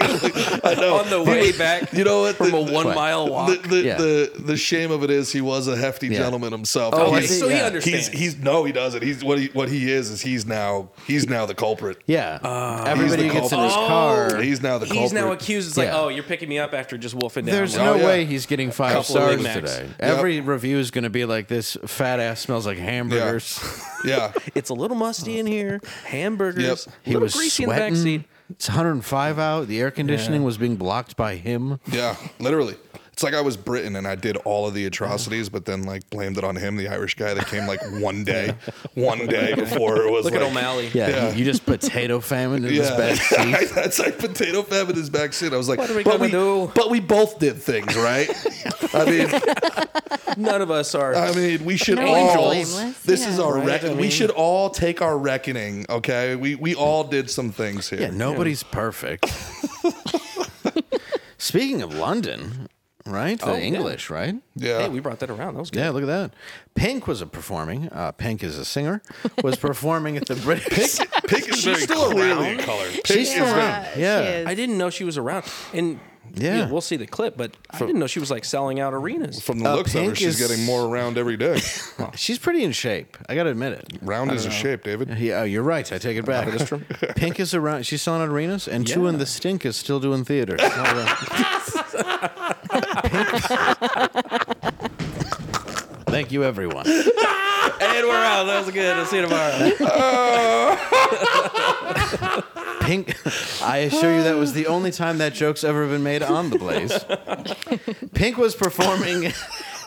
Speaker 4: I know.
Speaker 2: on the way back
Speaker 4: you know what?
Speaker 2: from
Speaker 4: The-
Speaker 2: a one mile walk.
Speaker 4: The, the,
Speaker 1: Yeah.
Speaker 4: the the shame of it is he was a hefty gentleman himself.
Speaker 1: Oh,
Speaker 4: He's-
Speaker 1: is he? So he Yeah.
Speaker 4: He's
Speaker 2: understands.
Speaker 4: he's no, he doesn't. He's what he what he is is he's now he's now the culprit.
Speaker 1: *laughs* yeah. Everybody
Speaker 4: Uh, he's the
Speaker 1: gets in his
Speaker 4: culprit. Oh,
Speaker 1: car.
Speaker 4: He's now the culprit.
Speaker 2: He's now accused. It's like,
Speaker 1: Yeah.
Speaker 2: oh, you're picking me up after just wolfing down.
Speaker 1: There's
Speaker 2: Like,
Speaker 1: no
Speaker 4: Oh, yeah.
Speaker 1: way he's getting five
Speaker 2: Couple of Big
Speaker 1: stars
Speaker 2: Macs.
Speaker 1: today. Every review is going to be like this fat ass smells like hamburgers. *laughs*
Speaker 4: yeah.
Speaker 2: It's a little musty in here. Hamburgers.
Speaker 4: Yep.
Speaker 2: A
Speaker 1: He
Speaker 2: little
Speaker 1: was
Speaker 2: greasy
Speaker 1: sweating.
Speaker 2: in the backseat.
Speaker 1: It's 105 out. The air conditioning was being blocked by him.
Speaker 4: Yeah, literally. It's like I was Britain and I did all of the atrocities, but then like blamed it on him, the Irish guy that came like one day,
Speaker 2: *laughs*
Speaker 4: one day before it was
Speaker 2: Look
Speaker 4: like
Speaker 2: at O'Malley.
Speaker 1: Yeah,
Speaker 4: Yeah.
Speaker 1: you just potato famine in his
Speaker 4: Yeah, *laughs*
Speaker 1: back seat.
Speaker 4: that's like potato famine is back seat. I was like,
Speaker 2: What are we
Speaker 4: but
Speaker 2: gonna
Speaker 4: we
Speaker 2: do?"
Speaker 4: but we both did things, right?
Speaker 2: *laughs*
Speaker 4: I mean,
Speaker 2: None of us are.
Speaker 4: I mean, we should
Speaker 3: No one's
Speaker 4: all.
Speaker 3: blameless,
Speaker 4: This
Speaker 3: yeah.
Speaker 4: is our
Speaker 2: Right,
Speaker 4: reck-
Speaker 2: I
Speaker 4: We
Speaker 2: mean-
Speaker 4: should all take our reckoning. Okay, we we all did some things here.
Speaker 1: Yeah, nobody's perfect. *laughs* Speaking of London, right? The
Speaker 2: Oh, yeah.
Speaker 1: English, right?
Speaker 4: yeah.
Speaker 2: hey, we brought that around. That was good.
Speaker 1: Yeah, look at that. Pink was a performing. Uh, Pink is a singer. Was performing
Speaker 2: *laughs*
Speaker 1: at the British.
Speaker 4: Pink is very
Speaker 2: still
Speaker 4: clearly
Speaker 2: around?
Speaker 4: a color. Pink
Speaker 1: She's
Speaker 4: is
Speaker 1: still
Speaker 4: very-
Speaker 1: around. Yeah.
Speaker 3: She is.
Speaker 2: I didn't know she was around. And
Speaker 1: Yeah.
Speaker 2: yeah, we'll see the clip, but I didn't know she was like selling out arenas.
Speaker 4: From the
Speaker 1: Uh,
Speaker 4: looks of her,
Speaker 1: Pink
Speaker 4: she's
Speaker 1: is-
Speaker 4: getting more round every *laughs* day.
Speaker 1: She's pretty in shape. I got to admit it.
Speaker 4: Round is a shape, *laughs* David.
Speaker 1: Yeah, oh, you're right. I take it back. *laughs* Pink is around. She's selling out arenas, and Two in the Stink is still doing theater. Well done. Pink- Thank you, everyone.
Speaker 2: and we're out. That was good. I'll see you tomorrow.
Speaker 1: Pink, I assure you that was the only time that joke's ever been made on the Blaze. Pink was performing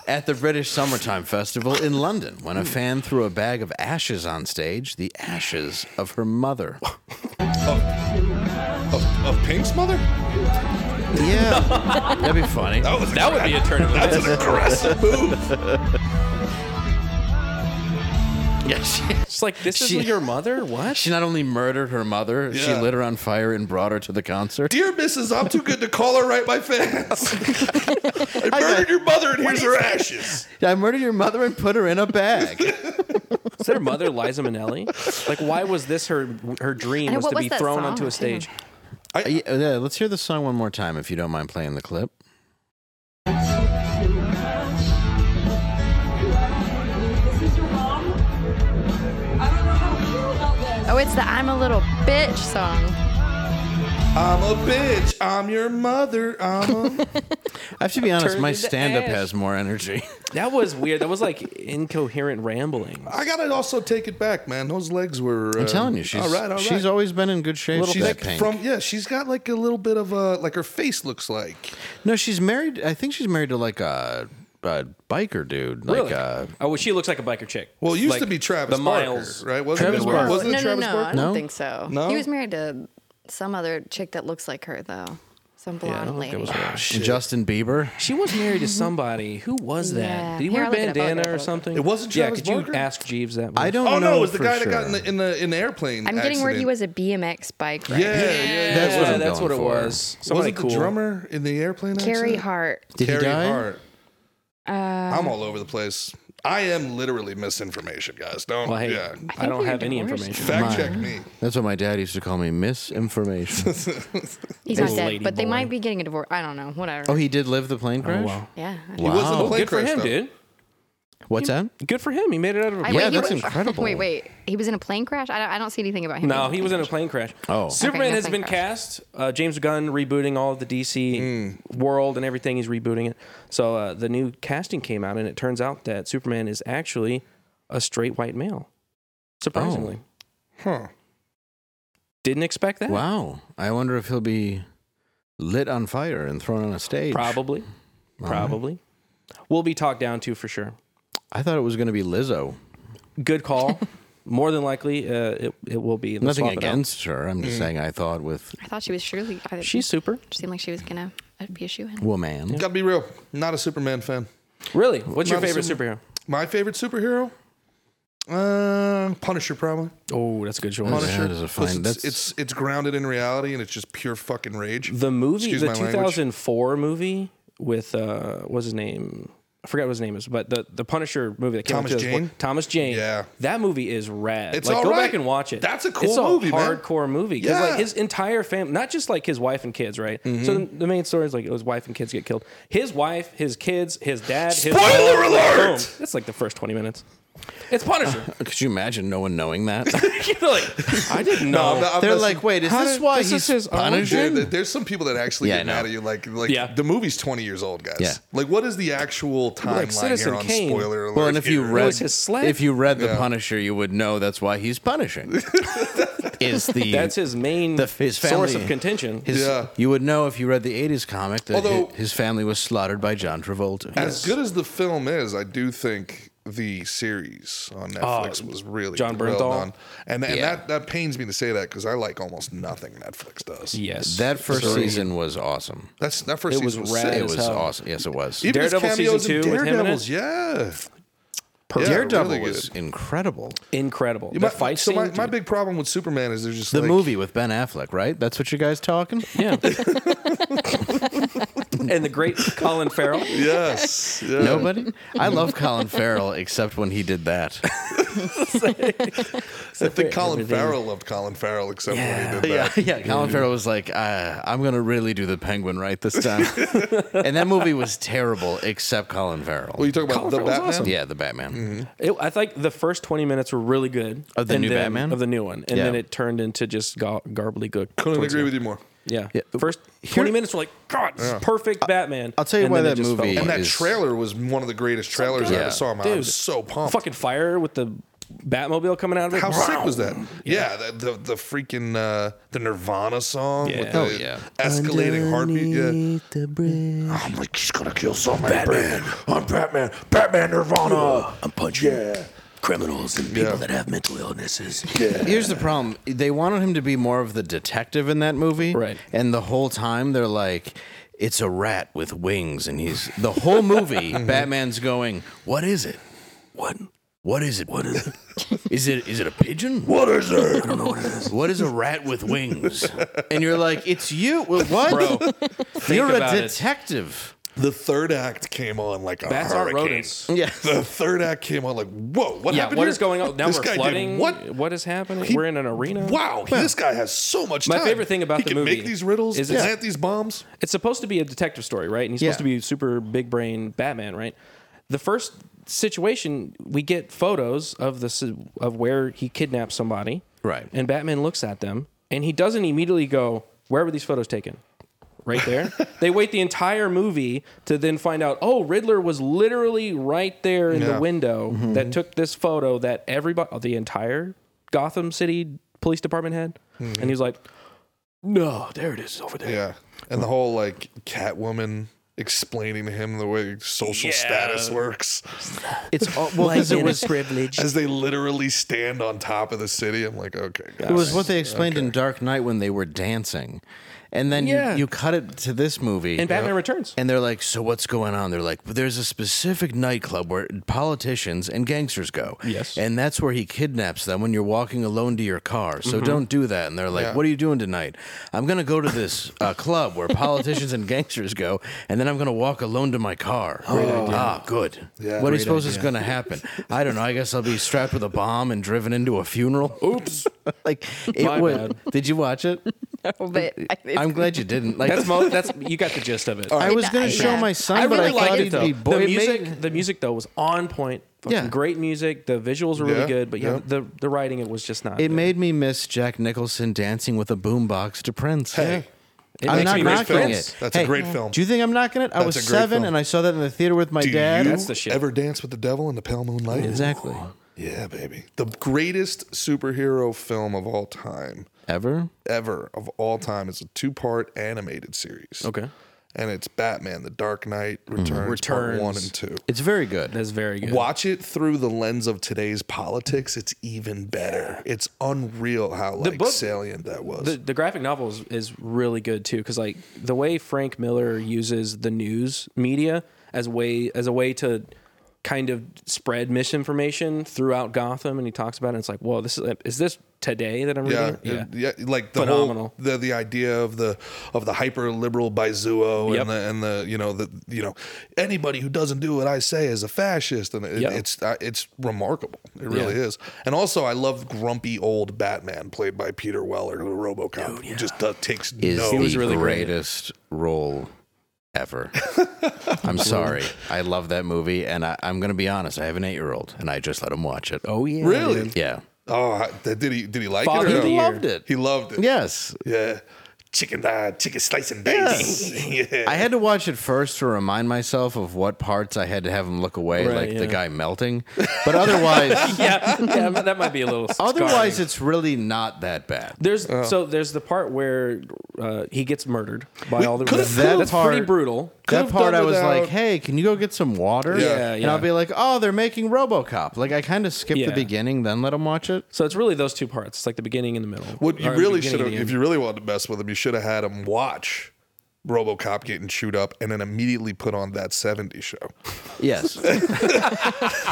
Speaker 1: at the British Summertime Festival in London when a fan threw a bag of ashes on stage, the ashes of her mother.
Speaker 4: Of, of Pink's mother? Oh,
Speaker 1: Yeah, that'd be funny.
Speaker 4: That was
Speaker 2: That would be a turn of events.
Speaker 4: an aggressive move.
Speaker 1: Yeah, she-
Speaker 2: It's like, this
Speaker 1: She-
Speaker 2: isn't your mother? What?
Speaker 1: She not only murdered her mother, she
Speaker 4: Yeah.
Speaker 1: lit her on fire and brought her to the *laughs* concert.
Speaker 4: Dear Mrs., I'm too good to call her right, my *laughs* fans. I murdered your mother, and here's her ashes.
Speaker 1: I murdered your mother and put her in a
Speaker 4: *laughs*
Speaker 1: bag.
Speaker 2: *laughs* Is that her mother, Liza Minnelli? Like, why was this her her dream
Speaker 3: And
Speaker 2: was
Speaker 3: what
Speaker 2: to
Speaker 3: was
Speaker 2: be
Speaker 3: that
Speaker 2: thrown
Speaker 3: song,
Speaker 2: onto
Speaker 3: too?
Speaker 2: a stage?
Speaker 1: Yeah, yeah, let's hear the song one more time if you don't mind playing the clip.
Speaker 3: Oh, it's the I'm a Little Bitch song.
Speaker 4: I'm a bitch. I'm your mother. *laughs* I'm a.
Speaker 1: I have to be honest,
Speaker 2: Turned
Speaker 1: my
Speaker 2: into
Speaker 1: stand up
Speaker 2: ash.
Speaker 1: has more energy.
Speaker 2: That was weird. That was like incoherent rambling.
Speaker 4: I gotta also take it back, man. Those legs
Speaker 1: *laughs*
Speaker 4: were. uh,
Speaker 1: I'm telling you, she's
Speaker 4: Um, all right, all right.
Speaker 1: she's always been in good shape.
Speaker 4: She's
Speaker 1: that Pink.
Speaker 4: from yeah. She's got like a little bit of a like her face looks like.
Speaker 1: No, she's married. I think she's married to like a, a biker dude. Like
Speaker 2: Really?
Speaker 1: uh
Speaker 2: oh, well, she looks like a biker chick.
Speaker 4: Well, it used
Speaker 2: Like,
Speaker 4: to be Travis
Speaker 2: the
Speaker 4: Barker,
Speaker 2: Miles,
Speaker 4: right? Wasn't
Speaker 1: Travis
Speaker 4: it,
Speaker 1: Barker.
Speaker 4: Wasn't it
Speaker 3: no,
Speaker 4: Travis
Speaker 3: no, no,
Speaker 4: Barker?
Speaker 3: I don't
Speaker 1: No?
Speaker 3: think so.
Speaker 4: No?
Speaker 3: He was married to some other chick that looks like her, though. Some blonde
Speaker 2: I don't think
Speaker 3: lady.
Speaker 2: that was her.
Speaker 1: Justin Bieber.
Speaker 2: She was married to somebody. Who was that?
Speaker 3: Yeah.
Speaker 2: Did he
Speaker 3: Here,
Speaker 2: wear a
Speaker 3: I'll look it up. I'll look it
Speaker 2: bandana
Speaker 3: up.
Speaker 2: or something?
Speaker 4: It wasn't Travis
Speaker 2: Yeah, could
Speaker 4: Barker?
Speaker 2: you ask Jeeves that?
Speaker 1: I
Speaker 2: one?
Speaker 1: don't
Speaker 4: Oh
Speaker 1: know.
Speaker 4: no, it was the
Speaker 1: for
Speaker 4: guy that
Speaker 1: sure.
Speaker 4: got in the in the, in the airplane.
Speaker 3: I'm getting where he
Speaker 4: accident.
Speaker 3: was a BMX bike rider.
Speaker 4: Yeah, yeah. yeah.
Speaker 1: That's what
Speaker 2: Yeah,
Speaker 1: I'm
Speaker 2: that's
Speaker 1: going
Speaker 2: what it
Speaker 1: for.
Speaker 2: was. Somebody
Speaker 4: Wasn't
Speaker 2: cool.
Speaker 4: the drummer in the airplane?
Speaker 3: Carrie
Speaker 4: accident?
Speaker 3: Hart.
Speaker 1: Did he
Speaker 4: Carrie
Speaker 1: die?
Speaker 3: Uh,
Speaker 4: Hart. I'm all over the place. I am literally misinformation, guys. Don't.
Speaker 2: Well, hey,
Speaker 4: yeah.
Speaker 2: I don't
Speaker 3: we're
Speaker 2: have any
Speaker 3: divorced.
Speaker 2: information.
Speaker 4: Fact check me. *laughs*
Speaker 1: That's what my dad used to call me, misinformation.
Speaker 3: He's not
Speaker 2: Little
Speaker 3: dead,
Speaker 2: lady
Speaker 3: but they
Speaker 2: boy.
Speaker 3: might be getting a divorce. I don't know. Whatever.
Speaker 1: oh, he did live the plane crash.
Speaker 2: wow.
Speaker 3: yeah.
Speaker 4: He
Speaker 1: Wow.
Speaker 4: wasn't a
Speaker 1: Oh,
Speaker 4: plane
Speaker 2: Good for
Speaker 4: crash,
Speaker 2: him,
Speaker 4: though.
Speaker 2: dude.
Speaker 1: What's that?
Speaker 2: Good for him. He made it out of a
Speaker 3: I-
Speaker 2: plane.
Speaker 1: Yeah,
Speaker 3: he
Speaker 1: that's
Speaker 3: was-
Speaker 1: incredible.
Speaker 3: Wait, wait. He was in a plane crash. I don't, I don't see anything about him.
Speaker 2: No,
Speaker 3: being
Speaker 2: he was in a plane crash.
Speaker 1: Oh.
Speaker 2: Superman
Speaker 3: Okay, no
Speaker 2: has
Speaker 3: plane
Speaker 2: been
Speaker 3: crash.
Speaker 2: cast. Uh, James Gunn rebooting all of the DC
Speaker 1: Hmm.
Speaker 2: world and everything. He's rebooting it. So uh, the new casting came out, and it turns out that Superman is actually a straight white male. Surprisingly,
Speaker 1: Oh.
Speaker 4: Huh.
Speaker 2: didn't expect that.
Speaker 1: Wow. I wonder if he'll be lit on fire and thrown on a stage.
Speaker 2: Probably,
Speaker 1: All right.
Speaker 2: probably. We'll be talked down to for sure.
Speaker 1: I thought it was going to be Lizzo. *laughs*
Speaker 2: Good call. More than likely, uh, it it will be They'll
Speaker 1: Nothing
Speaker 2: swap it out. Mm.
Speaker 1: against her. I'm just saying I thought with
Speaker 3: I thought she was surely. I didn't-
Speaker 2: She's super.
Speaker 3: seemed like she was gonna be a
Speaker 2: *laughs*
Speaker 3: shoe in.
Speaker 1: woman.
Speaker 4: Gotta be real. Not a Superman fan.
Speaker 2: Really? What's your
Speaker 4: Not a
Speaker 2: favorite
Speaker 4: super-
Speaker 2: superhero?
Speaker 4: My favorite superhero? Uh, Punisher, probably.
Speaker 2: Oh, that's a good choice.
Speaker 1: That's-
Speaker 4: Punisher.
Speaker 1: that is a
Speaker 4: 'Cause
Speaker 1: fine-
Speaker 4: It's,
Speaker 1: that's-
Speaker 4: it's it's grounded in reality and it's just pure fucking rage.
Speaker 2: The movie,
Speaker 4: Excuse
Speaker 2: the
Speaker 4: my language.
Speaker 2: 2004 movie with uh, what was his name? I forgot what his name is, but the the Punisher movie that came out in
Speaker 4: Thomas
Speaker 2: 2004
Speaker 4: Jane?
Speaker 2: Thomas Jane.
Speaker 4: Yeah.
Speaker 2: that movie is rad.
Speaker 4: It's
Speaker 2: like,
Speaker 4: all
Speaker 2: go
Speaker 4: right.
Speaker 2: back and watch it.
Speaker 4: That's a cool
Speaker 2: it's
Speaker 4: movie,
Speaker 2: a
Speaker 4: man.
Speaker 2: hardcore movie. Because
Speaker 4: Yeah. Mm-hmm.
Speaker 2: like his entire family, not just like his wife and kids, right? So the, the main story is like his wife and kids get killed. His wife, his kids, his dad. His
Speaker 4: Spoiler
Speaker 2: mom.
Speaker 4: alert!
Speaker 2: Boom. That's like the first 20 minutes. It's
Speaker 4: *laughs*
Speaker 2: Punisher. *laughs*
Speaker 1: Could you imagine no one knowing that?
Speaker 2: You're like, I didn't know.
Speaker 4: I'm not- I'm
Speaker 1: They're
Speaker 4: not-
Speaker 1: like, wait, is
Speaker 2: How
Speaker 1: this
Speaker 2: did-
Speaker 1: why
Speaker 2: this is
Speaker 1: he's
Speaker 2: his own-
Speaker 1: punishing?
Speaker 4: Dude, th- there's some people that actually
Speaker 1: Yeah, I
Speaker 4: get
Speaker 1: know.
Speaker 4: mad at you. Like, like
Speaker 2: Yeah.
Speaker 4: the movie's 20 years old, guys.
Speaker 1: Yeah.
Speaker 4: Like, what is the actual timeline
Speaker 2: Citizen
Speaker 4: here on
Speaker 2: Kane.
Speaker 4: spoiler alert?
Speaker 1: Well, and if you
Speaker 4: here?
Speaker 1: read
Speaker 2: was his slave.
Speaker 1: if you read the Punisher, you would know that's why he's
Speaker 2: *laughs*
Speaker 1: punishing. is the
Speaker 2: That's his main
Speaker 1: The- his
Speaker 2: source
Speaker 1: family-
Speaker 2: of contention.
Speaker 1: his-
Speaker 4: Yeah.
Speaker 1: You would know if you read the '80s comic that
Speaker 4: Although-
Speaker 1: hi- his family was slaughtered by John Travolta.
Speaker 4: as good as the film is, I do think the series on Netflix was really
Speaker 2: Uh, John
Speaker 4: well
Speaker 2: Bernthal?
Speaker 4: done. And, and
Speaker 1: Yeah.
Speaker 4: that, that pains me to say that because I like almost nothing Netflix does.
Speaker 2: yes.
Speaker 1: that first season was awesome.
Speaker 4: That's that first
Speaker 2: It was
Speaker 4: season was,
Speaker 2: rad
Speaker 4: sick.
Speaker 1: It
Speaker 2: as
Speaker 1: was
Speaker 2: hell.
Speaker 1: awesome. Yes, it was.
Speaker 4: Even his
Speaker 2: Daredevil season
Speaker 4: cameos in
Speaker 2: two with him in it?
Speaker 4: Daredevils, yeah. Yeah,
Speaker 1: Daredevil
Speaker 4: really
Speaker 1: was
Speaker 4: good.
Speaker 1: incredible.
Speaker 2: incredible. The
Speaker 4: My-
Speaker 2: fight
Speaker 4: so
Speaker 2: scene.
Speaker 4: my, my
Speaker 2: dude.
Speaker 4: big problem with Superman is there's just
Speaker 1: The
Speaker 4: like,
Speaker 1: movie with Ben Affleck, right? That's what you guys *laughs* talking?
Speaker 2: Yeah. and the great Colin
Speaker 4: *laughs*
Speaker 2: Farrell.
Speaker 4: *laughs* Yes, yeah.
Speaker 1: Nobody. I love Colin Farrell except when he did that.
Speaker 4: I think Colin
Speaker 2: Everything.
Speaker 4: Farrell loved Colin Farrell except
Speaker 2: Yeah.
Speaker 4: when he did
Speaker 1: *laughs*
Speaker 4: that.
Speaker 1: yeah. Colin Farrell was like, uh, "I'm gonna really do the Penguin right this *laughs* time," and that movie was terrible except Colin Farrell.
Speaker 4: Well, you talk about
Speaker 2: Colin
Speaker 4: the
Speaker 2: Farrell's
Speaker 4: Batman.
Speaker 2: awesome.
Speaker 1: yeah, the Batman.
Speaker 2: It, I think the first 20 minutes were really good.
Speaker 1: Of the
Speaker 2: and
Speaker 1: new
Speaker 2: then-
Speaker 1: Batman?
Speaker 2: Of the new one. And
Speaker 1: Yeah.
Speaker 2: then it turned into just gar- garbly good.
Speaker 4: Couldn't agree with you more.
Speaker 2: Yeah.
Speaker 1: Yeah.
Speaker 2: First 20 minutes were like, God, this is perfect Batman.
Speaker 1: I'll tell you
Speaker 2: And
Speaker 1: why
Speaker 2: then
Speaker 1: that
Speaker 2: it just fell
Speaker 1: movie-
Speaker 2: apart.
Speaker 4: And that
Speaker 1: is-
Speaker 4: trailer was one of the greatest trailers I
Speaker 1: Yeah.
Speaker 4: ever saw. Man, I
Speaker 2: Dude.
Speaker 4: was so pumped.
Speaker 2: Fucking fire with the Batmobile coming out of it.
Speaker 4: How sick
Speaker 2: Wow.
Speaker 4: was that? Yeah, the, the the freaking uh, the Nirvana song with
Speaker 2: Yeah.
Speaker 4: the
Speaker 2: Oh,
Speaker 1: yeah.
Speaker 4: escalating heartbeat. Yeah.
Speaker 6: I'm like, she's gonna kill somebody. Batman. I'm Batman. Batman Nirvana. I'm punching criminals and people
Speaker 4: Yeah.
Speaker 6: that have mental illnesses.
Speaker 1: Here's the problem: they wanted him to be more of the detective in that movie,
Speaker 2: Right.
Speaker 1: And the whole time they're like. It's a rat with wings, and he's the whole
Speaker 2: *laughs*
Speaker 1: movie.
Speaker 2: Mhm.
Speaker 1: Batman's going, "What is it? What? What is it? What is it? Is it is it a pigeon?
Speaker 6: What is it?
Speaker 1: What is a rat with wings? And you're like, it's you. Well, what? *laughs* you're a
Speaker 2: about it.
Speaker 1: detective.
Speaker 4: *laughs* The third act came on like a
Speaker 2: Bats aren't
Speaker 4: hurricane.
Speaker 2: rodents.
Speaker 1: Yeah.
Speaker 4: The third act came on like, whoa, what
Speaker 2: Yeah,
Speaker 4: happened?
Speaker 2: what
Speaker 4: here?
Speaker 2: is going on? Now
Speaker 4: This
Speaker 2: we're
Speaker 4: guy did
Speaker 2: flooding.
Speaker 4: What?
Speaker 2: What is happening?
Speaker 4: He-
Speaker 2: we're in an arena.
Speaker 4: Wow, this guy has so much.
Speaker 2: My
Speaker 4: time.
Speaker 2: favorite thing about
Speaker 4: he
Speaker 2: the
Speaker 4: can
Speaker 2: movie
Speaker 4: make these riddles,
Speaker 2: is it's-
Speaker 4: plant these bombs.
Speaker 2: it's supposed to be a detective story, right? And he's
Speaker 1: Yeah.
Speaker 2: supposed to be super big brain Batman, right? The first situation we get photos of the s- of where he kidnaps somebody,
Speaker 1: Right.
Speaker 2: And Batman looks at them, and he doesn't immediately go, "Where were these photos taken?" Right
Speaker 1: *laughs*
Speaker 2: there. they wait the entire movie to then find out, "Oh, Riddler was literally right there in
Speaker 4: Yeah.
Speaker 2: the window
Speaker 1: Mm-hmm.
Speaker 2: that took this photo that everybody, the entire Gotham City Police Department had,"
Speaker 1: Mm-hmm.
Speaker 2: and he's like. No, there it is over there.
Speaker 4: Yeah, and the whole like Catwoman explaining to him the way social status works
Speaker 1: *laughs* It's all, well, because it was
Speaker 2: privilege.
Speaker 4: as they literally stand on top of the city. I'm like, okay,
Speaker 1: it was what they explained in Dark Knight when they were dancing, And then
Speaker 2: Yeah.
Speaker 1: you, you cut it to this movie.
Speaker 2: And Batman Returns.
Speaker 1: And they're like, so what's going on? They're like, there's a specific nightclub where politicians and gangsters go.
Speaker 2: Yes.
Speaker 1: And that's where he kidnaps them when you're walking alone to your car.
Speaker 2: Mm-hmm.
Speaker 1: So don't do that. And they're like, what are you doing tonight? I'm going to go to this uh, club where politicians and gangsters go, and then I'm going to walk alone to my car. Ah, good. what do you suppose is going to happen? I don't know. I guess I'll be strapped with a bomb and driven into a funeral. Oops. *laughs* like, it
Speaker 2: My
Speaker 1: was.
Speaker 2: bad.
Speaker 1: Did you watch it?
Speaker 7: but
Speaker 1: I'm glad you didn't. Like,
Speaker 2: *laughs* That's mo- that's you got the gist of it.
Speaker 1: I was going to show
Speaker 7: yeah.
Speaker 1: my son,
Speaker 2: I really
Speaker 1: but I
Speaker 2: liked
Speaker 1: thought
Speaker 2: it
Speaker 1: he'd
Speaker 2: though.
Speaker 1: be boy.
Speaker 2: the
Speaker 1: it made-
Speaker 2: music, the music though was on point. Fucking
Speaker 1: Yeah.
Speaker 2: great music. The visuals were really
Speaker 4: Yeah,
Speaker 2: good, but yeah,
Speaker 4: yeah.
Speaker 2: the the writing it was just not.
Speaker 1: It
Speaker 2: good.
Speaker 1: made me miss Jack Nicholson dancing with a boombox to Prince.
Speaker 4: Hey,
Speaker 2: It
Speaker 1: I'm
Speaker 2: makes
Speaker 1: not
Speaker 2: me miss
Speaker 1: knocking
Speaker 2: Prince.
Speaker 1: it.
Speaker 4: That's a great film.
Speaker 1: Do you think I'm knocking it? I was
Speaker 4: That's a great
Speaker 1: seven
Speaker 4: film.
Speaker 1: and I saw that in the theater with my
Speaker 4: do
Speaker 1: dad.
Speaker 4: you
Speaker 2: That's the shit.
Speaker 4: ever dance with the devil in the pale moonlight?
Speaker 1: exactly.
Speaker 4: Yeah, baby. The greatest superhero film of all time,
Speaker 1: Ever?
Speaker 4: ever of all time, is a two-part animated series.
Speaker 2: Okay, Mm-hmm.
Speaker 4: and it's Batman: The Dark Knight Returns, Part
Speaker 2: Returns.
Speaker 4: One and Two.
Speaker 1: It's very good.
Speaker 2: that's very good.
Speaker 4: Watch it through the lens of today's politics. It's even better. It's unreal how like
Speaker 2: book-
Speaker 4: salient that was.
Speaker 2: The, the graphic novel is, is really good too, because like the way Frank Miller uses the news media as way as a way to kind of spread misinformation throughout Gotham, and he talks about it. And it's like, whoa, this is is this today that I'm
Speaker 4: yeah,
Speaker 2: reading? it?
Speaker 4: it- yeah, like the
Speaker 2: Phenomenal.
Speaker 4: whole the the idea of the of the hyper liberal Bizuo
Speaker 2: Yep.
Speaker 4: and the and the you know the you know anybody who doesn't do what I say is a fascist and it,
Speaker 2: Yeah.
Speaker 4: it's uh, it's remarkable. It really
Speaker 2: Yeah.
Speaker 4: is. And also, I love grumpy old Batman played by Peter Weller, the
Speaker 2: Oh,
Speaker 4: RoboCop, who just uh, takes
Speaker 1: Is
Speaker 4: no.
Speaker 1: the
Speaker 2: was really great.
Speaker 1: greatest role ever. *laughs* I'm sorry. I love that movie, and I, I'm going to be honest. I have an eight year old, and I just let him watch it.
Speaker 2: Oh yeah,
Speaker 4: Really?
Speaker 2: dude.
Speaker 1: yeah.
Speaker 4: oh, I- that- did he did he like
Speaker 2: Father
Speaker 4: it?
Speaker 2: of
Speaker 4: Or
Speaker 2: the
Speaker 4: no?
Speaker 2: Year.
Speaker 1: Loved it.
Speaker 4: He loved it.
Speaker 1: Yes.
Speaker 4: Yeah. Chicken, uh, chicken slice and dice. *laughs* yeah.
Speaker 1: I had to watch it first to remind myself of what parts I had to have him look away,
Speaker 2: Right,
Speaker 1: like
Speaker 2: yeah.
Speaker 1: the guy melting. But otherwise,
Speaker 2: yeah, *laughs* yeah, that might be a little.
Speaker 1: otherwise,
Speaker 2: scarring.
Speaker 1: it's really not that bad.
Speaker 2: There's
Speaker 4: Oh.
Speaker 2: so there's the part where uh, he gets murdered by all the
Speaker 1: could've-
Speaker 2: that's,
Speaker 1: could've-
Speaker 2: that's pretty
Speaker 1: part-
Speaker 2: brutal.
Speaker 1: that
Speaker 4: Could've
Speaker 1: part
Speaker 4: done
Speaker 1: I was
Speaker 4: without-
Speaker 1: like, "Hey, can you go get some water?"
Speaker 4: Yeah.
Speaker 2: Yeah,
Speaker 1: And
Speaker 2: yeah.
Speaker 1: I'll be like, "Oh, they're making RoboCop." Like I kind of skipped
Speaker 2: Yeah.
Speaker 1: the beginning, then let them watch it.
Speaker 2: So it's really those two parts. It's like the beginning and the middle.
Speaker 4: What you
Speaker 2: Or the
Speaker 4: really
Speaker 2: beginning
Speaker 4: should have,
Speaker 2: and the
Speaker 4: if
Speaker 2: end.
Speaker 4: you really wanted to mess with him, you should have had him watch RoboCop getting chewed up, and then immediately put on that '70s show,
Speaker 1: Yes,
Speaker 4: *laughs*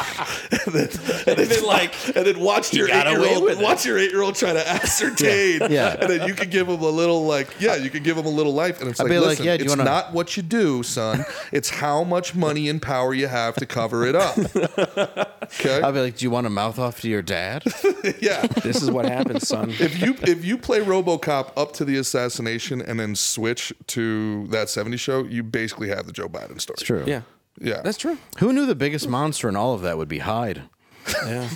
Speaker 4: and then like, and then watch your
Speaker 5: got away
Speaker 4: eight-year-old,
Speaker 5: with it.
Speaker 4: watch your eight-year-old try to ascertain,
Speaker 1: yeah.
Speaker 4: *laughs* and then you could give him a little like, yeah, you could give him a little life, and it's
Speaker 1: I'd
Speaker 4: like,
Speaker 1: be like,
Speaker 4: listen,
Speaker 1: yeah, do you
Speaker 4: it's
Speaker 1: wanna-
Speaker 4: not what you
Speaker 1: *laughs*
Speaker 4: do, son, it's how much money and power you have to cover
Speaker 1: *laughs*
Speaker 4: it up. Okay,
Speaker 1: *laughs* I'll be like, "Do you want to mouth off to your dad?"
Speaker 4: yeah.
Speaker 2: this is what happens,
Speaker 4: *laughs*
Speaker 2: son.
Speaker 4: If you if you play RoboCop up to the assassination and then switch to that '70s show, you basically have the Joe Biden story. It's
Speaker 1: True.
Speaker 2: yeah,
Speaker 4: Yeah,
Speaker 2: that's true.
Speaker 1: Who knew the biggest monster in all of that would be Hyde?
Speaker 2: Yeah.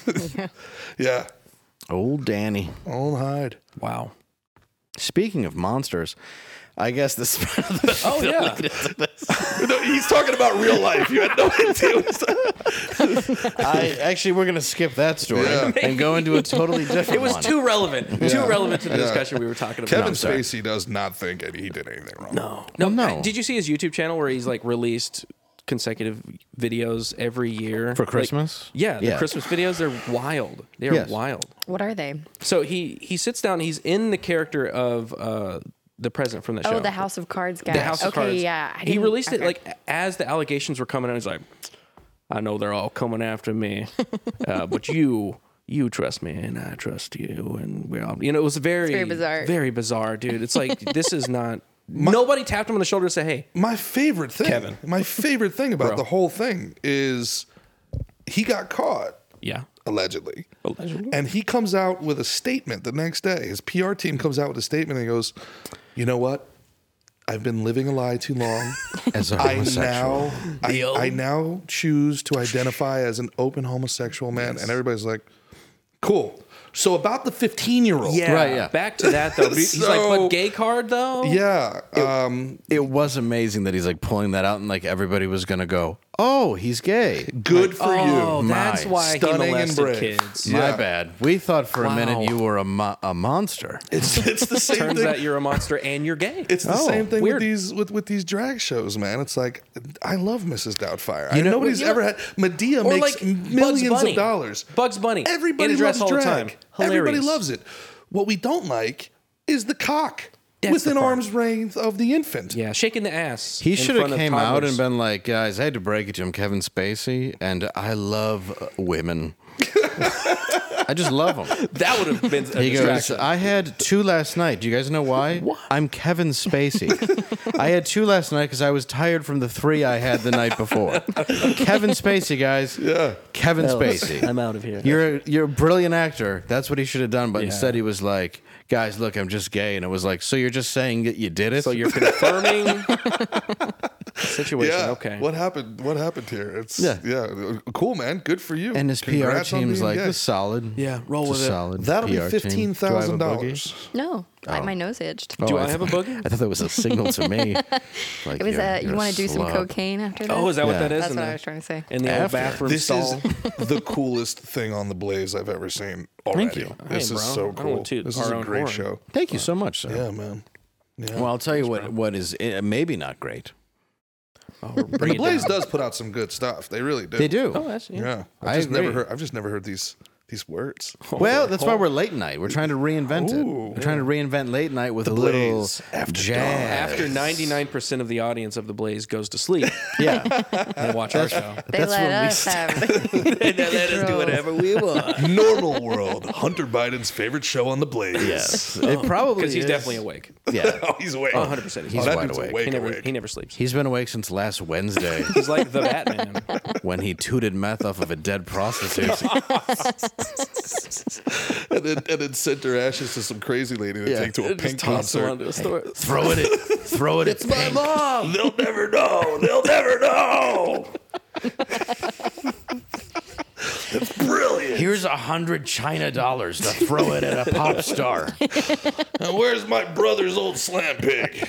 Speaker 4: Yeah.
Speaker 1: Old Danny.
Speaker 4: Old hide.
Speaker 2: wow.
Speaker 1: Speaking of monsters, I guess this. *laughs*
Speaker 2: Oh yeah.
Speaker 4: No, he's talking about real life.
Speaker 2: *laughs*
Speaker 4: You had no idea. What he's talking-
Speaker 1: I actually we're gonna skip that story
Speaker 4: Yeah.
Speaker 1: and go into a totally different.
Speaker 2: It was
Speaker 1: one.
Speaker 2: too relevant. Too relevant to the
Speaker 4: Yeah.
Speaker 2: discussion we were talking about.
Speaker 4: Kevin
Speaker 1: I'm sorry.
Speaker 4: Spacey does not think any, he did anything wrong. No.
Speaker 2: No,
Speaker 1: no.
Speaker 2: Did you see his YouTube channel where he's like released consecutive videos every year
Speaker 1: for
Speaker 2: Like,
Speaker 1: Christmas.
Speaker 2: yeah, the
Speaker 1: Yeah.
Speaker 2: Christmas videos they're wild. They are
Speaker 1: Yes.
Speaker 2: wild.
Speaker 7: what are they?
Speaker 2: So he he sits down. He's in the character of uh, the president from that show.
Speaker 7: Oh, the House of Cards guy.
Speaker 2: The House
Speaker 7: okay,
Speaker 2: of Cards.
Speaker 7: yeah. I
Speaker 2: He
Speaker 7: didn't-
Speaker 2: released it
Speaker 7: okay.
Speaker 2: like as the allegations were coming out. He's like, I know they're all coming after
Speaker 7: *laughs*
Speaker 2: me, uh, but you. You trust me, and I trust you, and we're all. You know, it was very,
Speaker 7: very bizarre.
Speaker 2: very bizarre, dude.
Speaker 7: *laughs*
Speaker 2: It's like this is not. nobody tapped him on the shoulder to say, "Hey,
Speaker 4: My favorite thing,
Speaker 2: Kevin.
Speaker 4: my favorite thing about
Speaker 2: Bro.
Speaker 4: the whole thing is he got caught,
Speaker 2: yeah,
Speaker 4: allegedly. And he comes out with a statement the next day. His PR team comes out with a statement and he goes, You know what? I've been living a lie too long.
Speaker 1: As a
Speaker 4: I
Speaker 1: homosexual.
Speaker 4: now, I, I now choose to identify as an open homosexual man. And everybody's like, Cool. So about the 15 year old.
Speaker 2: yeah,
Speaker 1: Right, yeah.
Speaker 2: Back to that
Speaker 4: *laughs*
Speaker 2: though. He's like,
Speaker 4: So-
Speaker 2: "But gay card though."
Speaker 4: Yeah. Um,
Speaker 1: It was amazing that he's like pulling that out and like everybody was gonna go, "Oh, he's gay."
Speaker 4: good for
Speaker 2: Oh,
Speaker 4: you.
Speaker 2: that's
Speaker 1: My.
Speaker 2: why
Speaker 4: Stunning
Speaker 2: he molested
Speaker 4: and brave. *laughs*
Speaker 2: kids.
Speaker 4: Yeah.
Speaker 1: My bad. We thought for a
Speaker 2: Wow.
Speaker 1: minute you were a, mo- a monster.
Speaker 4: It's, it's the same
Speaker 2: Turns
Speaker 4: thing.
Speaker 2: out you're a monster and you're gay.
Speaker 4: it's the
Speaker 1: Oh,
Speaker 4: same thing
Speaker 2: weird.
Speaker 4: with these with, with these drag shows, man. It's like I love Mrs. Doubtfire. I,
Speaker 1: know-
Speaker 4: nobody's
Speaker 2: Well, you
Speaker 4: ever
Speaker 2: know-
Speaker 4: had Medea
Speaker 2: Or
Speaker 4: makes
Speaker 2: like Bugs
Speaker 4: millions
Speaker 2: Bunny.
Speaker 4: of dollars.
Speaker 2: Bugs Bunny, in
Speaker 4: Everybody
Speaker 2: a dress
Speaker 4: loves
Speaker 2: all the
Speaker 4: drag.
Speaker 2: time. Hilarious.
Speaker 4: Everybody loves it. What we don't like is the cock.
Speaker 2: That's
Speaker 4: within
Speaker 2: the part.
Speaker 4: arm's length of the infant.
Speaker 2: Yeah, shaking the ass.
Speaker 1: He
Speaker 2: in
Speaker 1: should
Speaker 2: front
Speaker 1: have
Speaker 2: of
Speaker 1: came out
Speaker 2: toddlers.
Speaker 1: and been like, guys, I had to break it to him, Kevin Spacey, and I love uh,
Speaker 4: *laughs*
Speaker 1: women. I just love them.
Speaker 2: That would have been
Speaker 1: *laughs*
Speaker 2: a
Speaker 1: He goes,
Speaker 2: distraction.
Speaker 1: I had two last night. Do you guys know why? I'm Kevin
Speaker 4: *laughs*
Speaker 1: Spacey. I had two last night because I was tired from the three I had the night before. Kevin Spacey, guys. Yeah. Kevin
Speaker 2: Oh,
Speaker 1: Spacey.
Speaker 5: I'm out of here.
Speaker 1: You're a, you're a brilliant actor. That's what he should have done. But
Speaker 2: Yeah.
Speaker 1: instead, he was like, guys, look, I'm just gay. And it was like, so you're just saying that you did it?
Speaker 2: *laughs* so you're
Speaker 4: *laughs*
Speaker 2: confirming the situation.
Speaker 4: Yeah.
Speaker 2: Okay.
Speaker 4: What happened? What happened here? It's
Speaker 1: Yeah.
Speaker 4: yeah. Cool, man. Good for you.
Speaker 1: and his PR
Speaker 4: Congrats on
Speaker 1: team's
Speaker 4: being
Speaker 1: like,
Speaker 4: gay.
Speaker 1: this solid.
Speaker 2: Yeah, roll
Speaker 1: It's a
Speaker 2: with it.
Speaker 1: Solid
Speaker 4: That'll
Speaker 1: PR
Speaker 4: be
Speaker 1: team.
Speaker 4: fifteen
Speaker 1: Do I have a
Speaker 4: thousand
Speaker 1: boogie?
Speaker 4: dollars.
Speaker 3: No, I, my nose itched.
Speaker 2: Do
Speaker 1: Oh,
Speaker 2: I have a
Speaker 1: thought-
Speaker 2: boogie? uh,
Speaker 1: I thought that was a signal to me.
Speaker 2: *laughs*
Speaker 1: Like,
Speaker 3: It was
Speaker 1: you're-
Speaker 3: a,
Speaker 1: you're
Speaker 3: you want to do some
Speaker 1: slob.
Speaker 3: cocaine after that?
Speaker 2: Oh, is that
Speaker 1: Yeah.
Speaker 2: what that is?
Speaker 3: That's
Speaker 2: in
Speaker 3: what
Speaker 2: the-
Speaker 3: I was trying to say.
Speaker 2: In the old
Speaker 1: After.
Speaker 2: bathroom
Speaker 4: This
Speaker 2: stall.
Speaker 4: *laughs* is the coolest thing on the Blaze I've ever seen already.
Speaker 1: you.
Speaker 4: This
Speaker 2: Hey,
Speaker 4: is
Speaker 2: bro. I
Speaker 4: so
Speaker 2: don't
Speaker 4: cool.
Speaker 2: want to toot
Speaker 4: This
Speaker 2: our
Speaker 4: is a
Speaker 2: own
Speaker 4: great
Speaker 2: horn.
Speaker 4: show.
Speaker 1: Thank you so much, sir.
Speaker 4: Yeah, man. Yeah.
Speaker 1: Well, I'll tell you what, what is uh, maybe not great.
Speaker 2: Oh, we're
Speaker 4: And the
Speaker 2: bringing it
Speaker 4: Blaze
Speaker 2: down.
Speaker 4: does put out some good stuff. They really do.
Speaker 1: They do.
Speaker 2: Oh, that's yeah.
Speaker 4: Yeah. I've
Speaker 1: I
Speaker 4: just never
Speaker 1: agree.
Speaker 4: heard I've just never heard these these words.
Speaker 1: well, that's why we're late night. We're trying to reinvent it.
Speaker 4: Ooh.
Speaker 1: We're trying to reinvent late night with a little
Speaker 4: Blaze After
Speaker 1: jazz.
Speaker 2: After 99% of the audience of The Blaze goes to sleep,
Speaker 1: Yeah,
Speaker 4: *laughs*
Speaker 2: they watch our show.
Speaker 3: They
Speaker 1: That's
Speaker 3: let
Speaker 1: when we
Speaker 3: us have
Speaker 5: let us do
Speaker 3: control.
Speaker 5: whatever
Speaker 2: *laughs*
Speaker 5: we want.
Speaker 4: Normal world. Hunter Biden's favorite show on the Blaze.
Speaker 1: *laughs* yes, it probably
Speaker 2: Because he's
Speaker 1: is.
Speaker 2: definitely awake.
Speaker 1: Yeah,
Speaker 4: *laughs* Oh, he's awake.
Speaker 2: 100% he's
Speaker 4: Oh, that
Speaker 1: wide
Speaker 4: dude's
Speaker 1: awake.
Speaker 4: awake.
Speaker 2: He never,
Speaker 4: awake.
Speaker 2: he never sleeps.
Speaker 1: he's been awake since last Wednesday
Speaker 2: He's like
Speaker 4: *laughs*
Speaker 2: the Batman.
Speaker 1: when he tooted meth off of a dead prostitute. *laughs*
Speaker 4: and, then, and then sent her ashes to some crazy lady to
Speaker 1: Yeah.
Speaker 4: take to a
Speaker 2: Just
Speaker 4: pink
Speaker 2: toss him onto
Speaker 4: concert.
Speaker 2: a store.
Speaker 1: throw it, at, throw it. It's at Pink.
Speaker 4: mom. They'll never know. They'll never know. That's brilliant.
Speaker 1: Here's a hundred China dollars to throw it at a pop star.
Speaker 4: And where's my brother's old slam pig?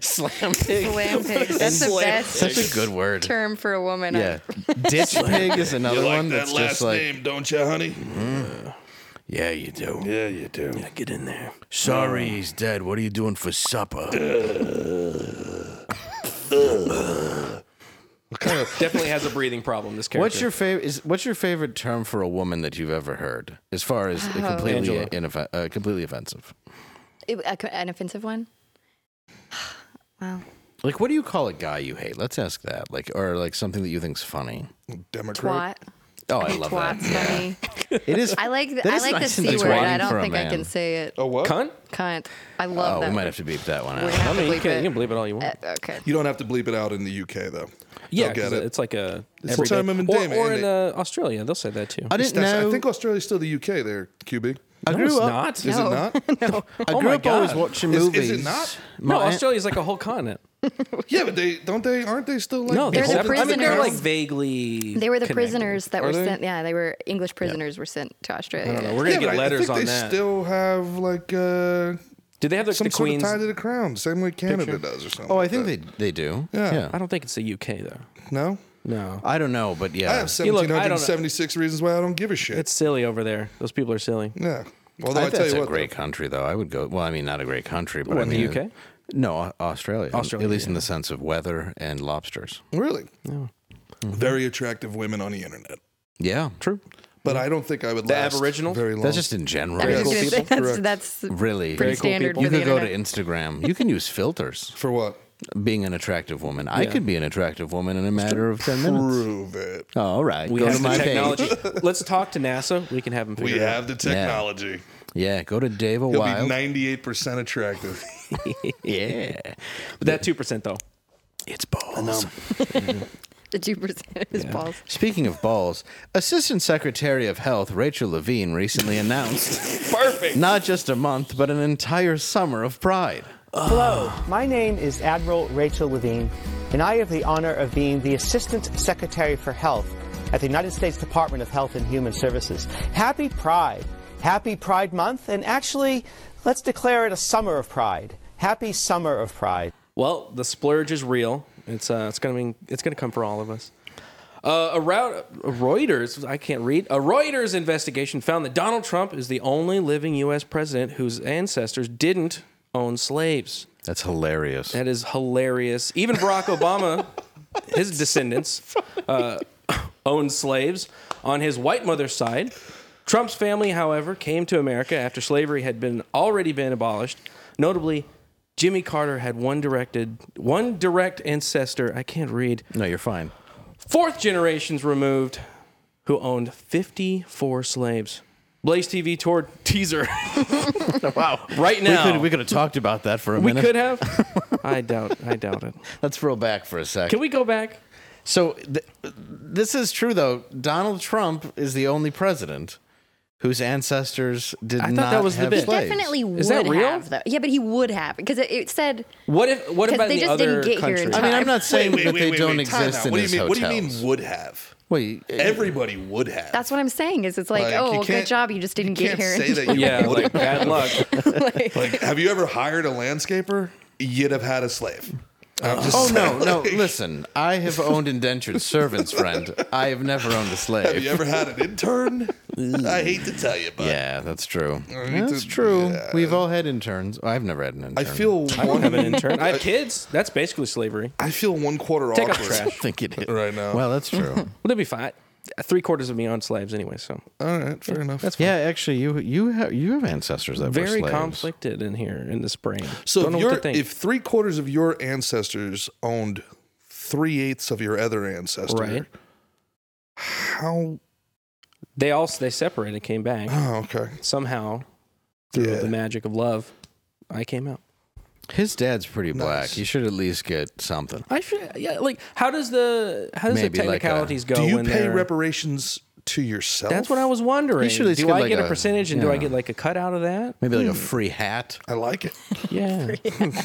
Speaker 5: Slam pig.
Speaker 3: slam pigs. That's the
Speaker 5: Slam
Speaker 3: best
Speaker 1: Such a good word.
Speaker 3: term for a woman.
Speaker 1: Yeah, ditch pig is another
Speaker 4: You like
Speaker 1: one
Speaker 4: that
Speaker 1: that's
Speaker 4: last
Speaker 1: just like
Speaker 4: name, don't you, honey?
Speaker 1: yeah, you do.
Speaker 4: Yeah, you do.
Speaker 5: Get in there.
Speaker 1: Sorry, he's dead. What are you doing for supper?
Speaker 2: *laughs* Definitely has a breathing problem, this character.
Speaker 1: What's your favorite? Is what's your favorite term for a woman that you've ever heard, as far as
Speaker 3: Oh.
Speaker 1: uh, completely
Speaker 2: Angela.
Speaker 1: inoff- uh, completely offensive?
Speaker 3: It, a, an offensive one? Wow.
Speaker 1: Like, what do you call a guy you hate? Let's ask that. Like, or like something that you think's funny.
Speaker 4: Democrat.
Speaker 3: Twat.
Speaker 1: Oh, I love
Speaker 3: Twat's
Speaker 1: that.
Speaker 3: funny.
Speaker 1: It is.
Speaker 3: I like
Speaker 1: that
Speaker 3: the, I
Speaker 1: is
Speaker 3: like
Speaker 1: nice
Speaker 3: the
Speaker 1: and
Speaker 3: C word.
Speaker 1: twatty
Speaker 3: I don't
Speaker 1: for a
Speaker 3: think I
Speaker 1: man.
Speaker 3: can say it.
Speaker 4: Oh, what?
Speaker 2: Cunt?
Speaker 3: Cunt. I love
Speaker 1: Oh,
Speaker 3: that.
Speaker 1: we might
Speaker 3: word.
Speaker 1: have to beep that one
Speaker 3: We're
Speaker 1: out.
Speaker 3: gonna
Speaker 2: I
Speaker 3: have to
Speaker 2: mean, you
Speaker 3: bleep
Speaker 2: can, you
Speaker 3: it.
Speaker 2: can believe it all you want.
Speaker 3: Uh, okay.
Speaker 4: You don't have to bleep it out in the UK though.
Speaker 2: yeah,
Speaker 4: They'll get
Speaker 2: 'cause
Speaker 4: it.
Speaker 2: it's like a
Speaker 4: It's
Speaker 2: everyday-
Speaker 4: time I'm in
Speaker 2: or,
Speaker 4: Dame,
Speaker 2: or
Speaker 4: ain't
Speaker 2: in
Speaker 4: it?
Speaker 2: uh, Australia, they'll say that too.
Speaker 1: I didn't
Speaker 4: That's-
Speaker 1: know.
Speaker 4: I think Australia's still the UK there, QB.
Speaker 1: I grew
Speaker 2: no, it's
Speaker 1: up.
Speaker 2: not.
Speaker 4: Is
Speaker 3: *laughs* No.
Speaker 4: it not?
Speaker 1: I
Speaker 2: Oh
Speaker 1: grew
Speaker 2: my
Speaker 1: up always
Speaker 2: God.
Speaker 1: watching
Speaker 4: Is- is it
Speaker 1: movies.
Speaker 4: not?
Speaker 1: My
Speaker 2: No,
Speaker 1: aunt-
Speaker 2: Australia is like a
Speaker 1: *laughs*
Speaker 2: whole continent.
Speaker 4: yeah, but they don't they aren't they still like
Speaker 2: No, they're
Speaker 3: They're
Speaker 4: beholden
Speaker 3: the
Speaker 4: to
Speaker 2: separate. I mean, they're like
Speaker 3: prisoners.
Speaker 2: vaguely.
Speaker 3: They were the
Speaker 2: connected.
Speaker 3: prisoners that were
Speaker 4: they?
Speaker 3: sent. Yeah, they were English prisoners were sent to Australia.
Speaker 2: I don't know. We're gonna
Speaker 4: yeah,
Speaker 2: get
Speaker 4: but I-
Speaker 2: letters
Speaker 4: I think
Speaker 2: on
Speaker 4: they
Speaker 2: that.
Speaker 4: still have like uh,
Speaker 2: Did they have the,
Speaker 4: some
Speaker 2: the
Speaker 4: sort
Speaker 2: Queens?
Speaker 4: of tie to the crown, same way Canada
Speaker 2: picture?
Speaker 4: does or something.
Speaker 1: Oh, I
Speaker 4: like
Speaker 1: think they
Speaker 4: that.
Speaker 1: they do.
Speaker 4: Yeah.
Speaker 2: I don't think it's the UK though.
Speaker 4: no.
Speaker 2: No,
Speaker 1: I don't know, but yeah.
Speaker 4: I have
Speaker 2: You look, I don't know.
Speaker 4: 1776 reasons why I don't give a shit.
Speaker 2: it's silly over there. Those people are silly.
Speaker 4: yeah. Although
Speaker 1: I
Speaker 4: I,
Speaker 1: think
Speaker 4: tell
Speaker 1: that's
Speaker 4: you
Speaker 1: a
Speaker 4: what,
Speaker 1: great country, though. I would go. Well, I mean, not a great country, but I
Speaker 2: What, the
Speaker 1: mean,
Speaker 2: UK?
Speaker 1: No, Au- Australia.
Speaker 2: Australia,
Speaker 1: At least in
Speaker 2: yeah.
Speaker 1: the sense of weather and lobsters.
Speaker 4: though, really, very attractive women on the internet.
Speaker 1: Yeah, true.
Speaker 4: But I don't think I would
Speaker 2: The
Speaker 4: last
Speaker 2: Aboriginal?
Speaker 4: very long.
Speaker 1: That's just in general.
Speaker 3: *laughs* I was
Speaker 4: Very
Speaker 3: just
Speaker 4: cool
Speaker 3: gonna say,
Speaker 4: people.
Speaker 3: that's
Speaker 4: Correct.
Speaker 3: that's
Speaker 1: Really,
Speaker 3: pretty
Speaker 2: Very cool
Speaker 3: standard
Speaker 2: people.
Speaker 1: you
Speaker 3: for the
Speaker 1: could go
Speaker 3: internet.
Speaker 1: to Instagram. You can use filters.
Speaker 4: for what?
Speaker 1: Being an attractive woman, I could be an attractive woman in a matter of ten minutes.
Speaker 4: Prove it.
Speaker 1: Oh, all right,
Speaker 2: We
Speaker 1: go
Speaker 2: have
Speaker 1: to
Speaker 2: the
Speaker 1: my
Speaker 2: technology.
Speaker 1: page.
Speaker 2: Let's talk to NASA. We can have them.
Speaker 4: We
Speaker 2: figure it out.
Speaker 4: have the technology.
Speaker 1: Yeah, go to Dave a
Speaker 4: He'll
Speaker 1: Wild.
Speaker 4: be 98 percent attractive.
Speaker 1: yeah,
Speaker 2: But that two percent though.
Speaker 1: it's balls.
Speaker 3: the two percent is balls.
Speaker 1: Speaking of balls, Assistant Secretary of Health Rachel Levine recently announced
Speaker 2: Perfect.
Speaker 1: not just a month, but an entire summer of pride.
Speaker 7: Hello, my name is Admiral Rachel Levine, and I have the honor of being the Assistant Secretary for Health at the United States Department of Health and Human Services. Happy Pride. Happy Pride Month, and actually, let's declare it a summer of pride. Happy Summer of Pride.
Speaker 2: Well, the splurge is real. It's uh, it's gonna mean it's gonna come for all of us. Uh, a, Rou- a Reuters, I can't read. A Reuters investigation found that Donald Trump is the only living U.S. president whose ancestors didn't own slaves.
Speaker 1: That's hilarious.
Speaker 2: That is hilarious. Even Barack Obama, *coughs* his descendants, uh, owned slaves on his white mother's side. Trump's family, however, came to America after slavery had been already been abolished. Notably, Jimmy Carter had one directed one direct ancestor. I can't read.
Speaker 1: No, you're fine.
Speaker 2: Fourth generations removed, who owned 54 slaves. Blaze TV tour
Speaker 1: *laughs*
Speaker 2: teaser.
Speaker 1: Wow.
Speaker 2: Right now.
Speaker 1: We could, we could have talked about that for a
Speaker 2: we
Speaker 1: minute.
Speaker 2: could have.
Speaker 1: *laughs*
Speaker 2: I doubt. I doubt it.
Speaker 1: Let's roll back for a sec.
Speaker 2: Can we go back?
Speaker 1: So th- this is true though. Donald Trump is the only president whose ancestors did
Speaker 2: I thought
Speaker 1: not
Speaker 2: that was the
Speaker 1: have
Speaker 2: bit.
Speaker 1: slaves.
Speaker 3: Definitely would
Speaker 2: Is that real?
Speaker 3: have though. Yeah, but he would have because it, it said
Speaker 2: What if? What
Speaker 3: 'Cause
Speaker 2: about
Speaker 3: they
Speaker 2: the
Speaker 3: just didn't
Speaker 2: other
Speaker 3: get here in
Speaker 2: countries?
Speaker 1: I mean, I'm
Speaker 3: Time.
Speaker 1: not saying
Speaker 4: Wait,
Speaker 1: that
Speaker 4: wait,
Speaker 1: they
Speaker 4: wait,
Speaker 1: don't
Speaker 4: wait, time
Speaker 1: exist
Speaker 4: out.
Speaker 1: in
Speaker 4: what
Speaker 1: his
Speaker 4: do you mean,
Speaker 1: hotels.
Speaker 4: What do you mean would have?
Speaker 1: Wait,
Speaker 4: Everybody would have.
Speaker 3: that's what I'm saying. Is it's like,
Speaker 4: Like, you
Speaker 3: oh, good
Speaker 4: can't-
Speaker 3: job, you just didn't
Speaker 4: you
Speaker 3: get
Speaker 4: can't
Speaker 2: *laughs*
Speaker 3: here. *laughs*
Speaker 4: Say that you
Speaker 2: Yeah,
Speaker 4: would
Speaker 2: like bad luck.
Speaker 3: Like-
Speaker 4: Like, have you ever hired a landscaper? You'd have had a slave. I'm just
Speaker 1: Oh no,
Speaker 4: saying, *laughs*
Speaker 1: no!
Speaker 4: like,
Speaker 1: Listen, I have owned indentured servants, friend. I have never owned a slave.
Speaker 4: Have you ever had an intern? I hate to tell you, but
Speaker 1: yeah, that's true.
Speaker 4: need
Speaker 1: That's
Speaker 4: to-
Speaker 1: true.
Speaker 4: Oh, yeah.
Speaker 1: We've all had interns. I've never had an intern.
Speaker 4: *laughs* I feel
Speaker 2: I don't
Speaker 4: one.
Speaker 2: have an intern. I have kids. That's basically slavery.
Speaker 4: I feel one quarter
Speaker 2: Take out the
Speaker 4: awkward.
Speaker 2: trash.
Speaker 1: *laughs* think it is
Speaker 4: Right now.
Speaker 1: Well, that's
Speaker 4: *laughs*
Speaker 1: true.
Speaker 2: Well, that'd be fine. Three quarters of me on slaves anyway, so
Speaker 4: All right, fair enough.
Speaker 1: yeah, actually, you you have you have ancestors that were
Speaker 2: very
Speaker 1: slaves.
Speaker 2: conflicted in here in this brain.
Speaker 4: So
Speaker 2: Don't
Speaker 4: if,
Speaker 2: know what
Speaker 4: your,
Speaker 2: to think.
Speaker 4: if three quarters of your ancestors owned three eighths of your other ancestor,
Speaker 2: Right.
Speaker 4: How?
Speaker 2: they all they separated, came
Speaker 4: *gasps*
Speaker 2: back
Speaker 4: Oh, okay.
Speaker 2: somehow through
Speaker 4: Yeah.
Speaker 2: the magic of love. I came out.
Speaker 1: His dad's pretty black.
Speaker 4: Nice.
Speaker 1: You should at least get something.
Speaker 2: I should, yeah. Like, how does the how does
Speaker 1: Maybe
Speaker 2: the
Speaker 1: like a-
Speaker 2: technicalities go?
Speaker 4: Do you
Speaker 2: when
Speaker 4: pay
Speaker 2: they're-
Speaker 4: reparations to yourself?
Speaker 2: That's what I was wondering.
Speaker 1: You should at least
Speaker 2: do
Speaker 1: get
Speaker 2: I
Speaker 1: like
Speaker 2: get a,
Speaker 1: a-
Speaker 2: percentage and do I
Speaker 1: yeah.
Speaker 2: get like a cut out of that?
Speaker 1: Maybe
Speaker 4: Hmm.
Speaker 1: like a free hat.
Speaker 4: I like it.
Speaker 2: Yeah,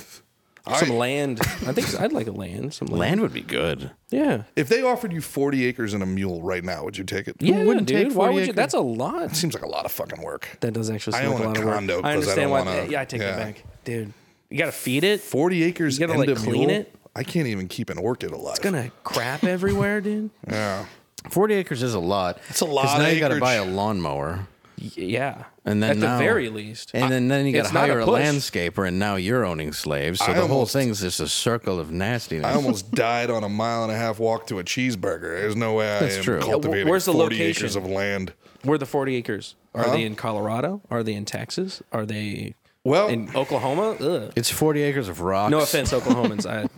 Speaker 2: *laughs* some land. I think so. I'd like a land. Some land.
Speaker 1: Land would be good.
Speaker 2: Yeah,
Speaker 4: If they offered you 40 acres and a mule right now, would you take it?
Speaker 2: yeah,
Speaker 1: wouldn't
Speaker 2: dude.
Speaker 1: take
Speaker 2: Why
Speaker 1: 40
Speaker 2: would you?
Speaker 1: acre-
Speaker 2: That's a lot.
Speaker 4: Seems like a lot of fucking work.
Speaker 2: That does actually.
Speaker 4: I
Speaker 2: seem like
Speaker 4: own a
Speaker 2: lot of
Speaker 4: condo
Speaker 2: Work.
Speaker 4: 'cause I
Speaker 2: I
Speaker 4: don't
Speaker 2: understand why.
Speaker 4: wanna-
Speaker 2: yeah, I take
Speaker 4: yeah.
Speaker 2: that back, dude. You gotta feed it.
Speaker 4: 40 acres
Speaker 2: You gotta,
Speaker 4: and
Speaker 2: like,
Speaker 4: a
Speaker 2: clean
Speaker 4: mule?
Speaker 2: it?
Speaker 4: I can't even keep an orchid alive.
Speaker 2: It's gonna Uh, crap everywhere, dude.
Speaker 4: yeah.
Speaker 1: Forty acres is a lot. It's
Speaker 4: a lot
Speaker 1: now
Speaker 4: of
Speaker 1: you got to
Speaker 4: acreage.
Speaker 1: buy a lawnmower,
Speaker 2: Y- yeah.
Speaker 1: and then
Speaker 2: at
Speaker 1: now-
Speaker 2: the very least,
Speaker 1: and then, then you got
Speaker 2: it's
Speaker 1: to
Speaker 2: not a
Speaker 1: hire a,
Speaker 2: push.
Speaker 1: landscaper, and now you're owning slaves. So
Speaker 4: I
Speaker 1: the whole
Speaker 4: almost-
Speaker 1: thing's just a circle of nastiness.
Speaker 4: I almost *laughs* died on a mile and a half walk to a cheeseburger. There's no way I
Speaker 1: That's
Speaker 4: am
Speaker 1: true. Yeah, wh-
Speaker 4: cultivating
Speaker 2: where's the
Speaker 4: 40
Speaker 2: location?
Speaker 4: acres of land.
Speaker 2: where the forty acres are they in Colorado? Are they in Texas? Are they
Speaker 4: Well-
Speaker 2: in Oklahoma? Ugh.
Speaker 1: it's forty acres of rocks.
Speaker 2: No offense, Oklahomans. I,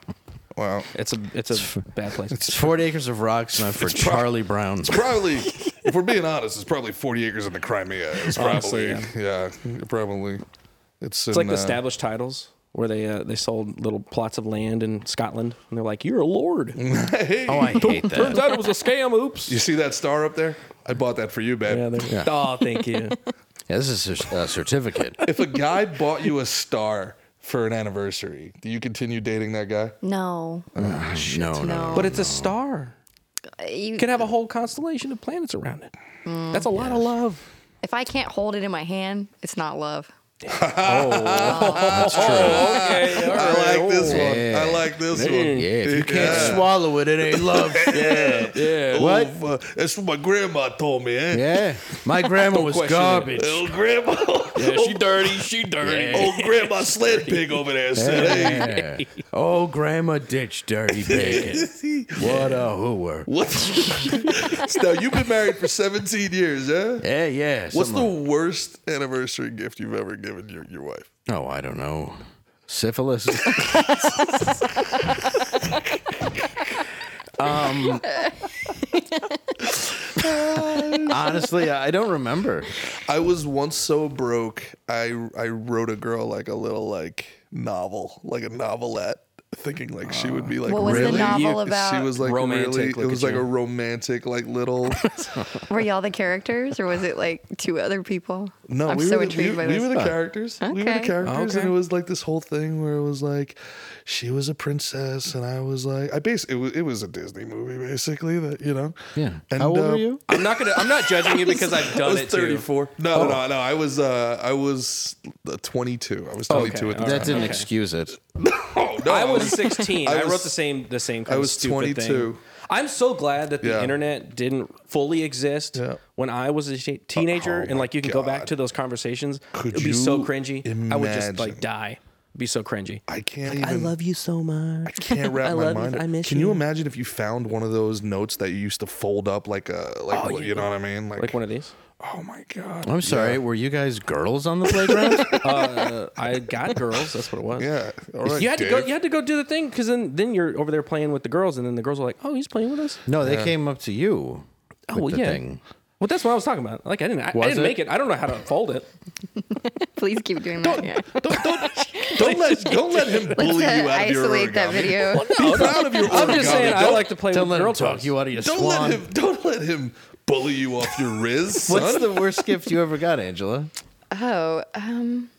Speaker 4: Well,
Speaker 2: it's a it's a bad place.
Speaker 1: It's forty acres of rocks,
Speaker 2: *laughs*
Speaker 1: not for
Speaker 4: prob-
Speaker 1: Charlie Brown.
Speaker 4: probably, if we're being honest, it's probably 40 acres in the Crimea. It's probably,
Speaker 2: Honestly,
Speaker 4: yeah. probably. It's, uh,
Speaker 2: It's like the established titles where they uh, they sold little plots of land in Scotland, and they're like, "You're a *laughs* lord."
Speaker 1: oh, I hate
Speaker 2: Turns
Speaker 1: that.
Speaker 2: out it was a scam. Oops.
Speaker 4: You see that star up there? I bought that for you, babe.
Speaker 2: Yeah, they're- Oh, thank you.
Speaker 1: Yeah, this is a cer- a certificate.
Speaker 4: if a guy bought you a star for an anniversary, do you continue dating that guy?
Speaker 3: no,
Speaker 2: Oh,
Speaker 1: no, no, no.
Speaker 3: no.
Speaker 2: *laughs* But it's a star.
Speaker 3: You-
Speaker 2: You can have a whole constellation of planets around it. That's a lot of love.
Speaker 3: if I can't hold it in my hand, it's not love.
Speaker 2: Okay. all
Speaker 4: I
Speaker 2: right.
Speaker 4: like this one.
Speaker 1: Oh, Yeah.
Speaker 4: I like this
Speaker 1: Yeah,
Speaker 4: one.
Speaker 1: if you can't swallow it, it ain't
Speaker 2: *laughs*
Speaker 1: love. yeah, yeah. What?
Speaker 4: Oh, uh, that's what my grandma told me, eh?
Speaker 1: Yeah,
Speaker 2: *laughs*
Speaker 1: my grandma was
Speaker 2: question it.
Speaker 1: garbage.
Speaker 4: Old grandma,
Speaker 5: she dirty. She dirty.
Speaker 4: old grandma sled pig over there said, "Hey,
Speaker 1: Yeah. Oh, grandma ditched
Speaker 2: *laughs*
Speaker 1: dirty bacon. what a hooer.
Speaker 4: what?" *laughs* so you've been married for 17 years, eh?
Speaker 1: Yeah, yeah.
Speaker 4: What's the
Speaker 1: something
Speaker 4: worst anniversary gift you've ever given your, your wife?
Speaker 1: like- Oh, I don't know. Syphilis. *laughs* um. honestly, I don't remember.
Speaker 4: I was once so broke, I I wrote a girl like a little like novel, like a novelette, thinking like she would be like
Speaker 3: What was the
Speaker 4: really.
Speaker 3: novel
Speaker 4: She
Speaker 3: about?
Speaker 4: was like
Speaker 2: Romantic,
Speaker 4: really. It
Speaker 2: look
Speaker 4: was
Speaker 2: at
Speaker 4: like
Speaker 2: you.
Speaker 4: a romantic, like little.
Speaker 3: Were y'all the characters, or was it like two other people?
Speaker 4: No,
Speaker 3: I'm
Speaker 4: we
Speaker 3: so
Speaker 4: were the,
Speaker 3: intrigued
Speaker 4: we,
Speaker 3: by
Speaker 4: we
Speaker 3: this.
Speaker 4: were the characters. We were the
Speaker 3: Okay.
Speaker 4: characters,
Speaker 2: Okay.
Speaker 4: and it was like this whole thing where it was like, she was a princess, and I was like, I basically it was, it was a Disney movie, basically that you know.
Speaker 1: Yeah.
Speaker 4: And,
Speaker 1: How old
Speaker 4: uh,
Speaker 1: were you?
Speaker 2: I'm not gonna. I'm not judging you because I've
Speaker 4: I
Speaker 2: done
Speaker 4: was
Speaker 2: it too.
Speaker 4: 34. No, no, no, no. I was uh, I was uh, 22. I was 22 at the time.
Speaker 1: That didn't excuse it.
Speaker 4: Oh, no,
Speaker 2: I was 16. I,
Speaker 4: *laughs* I was-
Speaker 2: wrote the same the same kind
Speaker 4: I
Speaker 2: of
Speaker 4: was
Speaker 2: stupid
Speaker 4: 22.
Speaker 2: thing. I'm so glad that the
Speaker 4: Yeah.
Speaker 2: internet didn't fully exist
Speaker 4: Yeah.
Speaker 2: when I was a teen- teenager,
Speaker 4: Oh,
Speaker 2: and like you can go back
Speaker 4: God.
Speaker 2: to those conversations.
Speaker 4: Could
Speaker 2: it would be so
Speaker 4: you
Speaker 2: cringy. I would just like
Speaker 4: imagine?
Speaker 2: die. It'd be so cringy.
Speaker 4: I can't
Speaker 2: I
Speaker 4: even.
Speaker 2: love you so much.
Speaker 3: *laughs*
Speaker 4: can't wrap
Speaker 2: *laughs* I
Speaker 4: my
Speaker 2: love you.
Speaker 4: mind.
Speaker 2: I miss
Speaker 4: Can
Speaker 2: you.
Speaker 4: you imagine
Speaker 3: Oh,
Speaker 4: if you found one of those notes that you used to fold up like a like you know what I mean? Like,
Speaker 2: Like one of these.
Speaker 4: Oh my god.
Speaker 1: I'm sorry. Were you guys girls on the playground? *laughs*
Speaker 2: Uh, I
Speaker 4: *laughs*
Speaker 2: got girls. That's what it was.
Speaker 4: Yeah. All right.
Speaker 2: you had
Speaker 4: Dave.
Speaker 2: to go. You had to go do the thing because then, then you're over there playing with the girls, and then the girls are like, "Oh, he's playing with us."
Speaker 1: no, they came up to you.
Speaker 2: Oh,
Speaker 1: with
Speaker 2: well,
Speaker 1: the
Speaker 2: yeah.
Speaker 1: thing.
Speaker 2: Well, that's what I was talking about. Like I didn't. I, I
Speaker 1: Was
Speaker 2: didn't
Speaker 1: it?
Speaker 2: make it. I don't know how to fold it.
Speaker 3: Please keep doing that. Yeah.
Speaker 4: Don't let don't let *laughs* him
Speaker 3: Let's
Speaker 4: bully
Speaker 3: uh,
Speaker 4: you out of your
Speaker 3: isolate that
Speaker 4: origami.
Speaker 3: video.
Speaker 4: Be proud of your origami.
Speaker 2: I'm just saying. I
Speaker 4: Don't-
Speaker 2: like to play
Speaker 1: Don't
Speaker 2: with
Speaker 1: let
Speaker 2: girl
Speaker 1: him talk
Speaker 2: toys.
Speaker 1: you out of your
Speaker 4: *laughs* Don't
Speaker 1: swan.
Speaker 4: let him don't let him bully you off your
Speaker 3: *laughs*
Speaker 4: riz.
Speaker 1: What's
Speaker 4: son.
Speaker 1: the worst gift you ever got, Angela?
Speaker 3: Oh, um,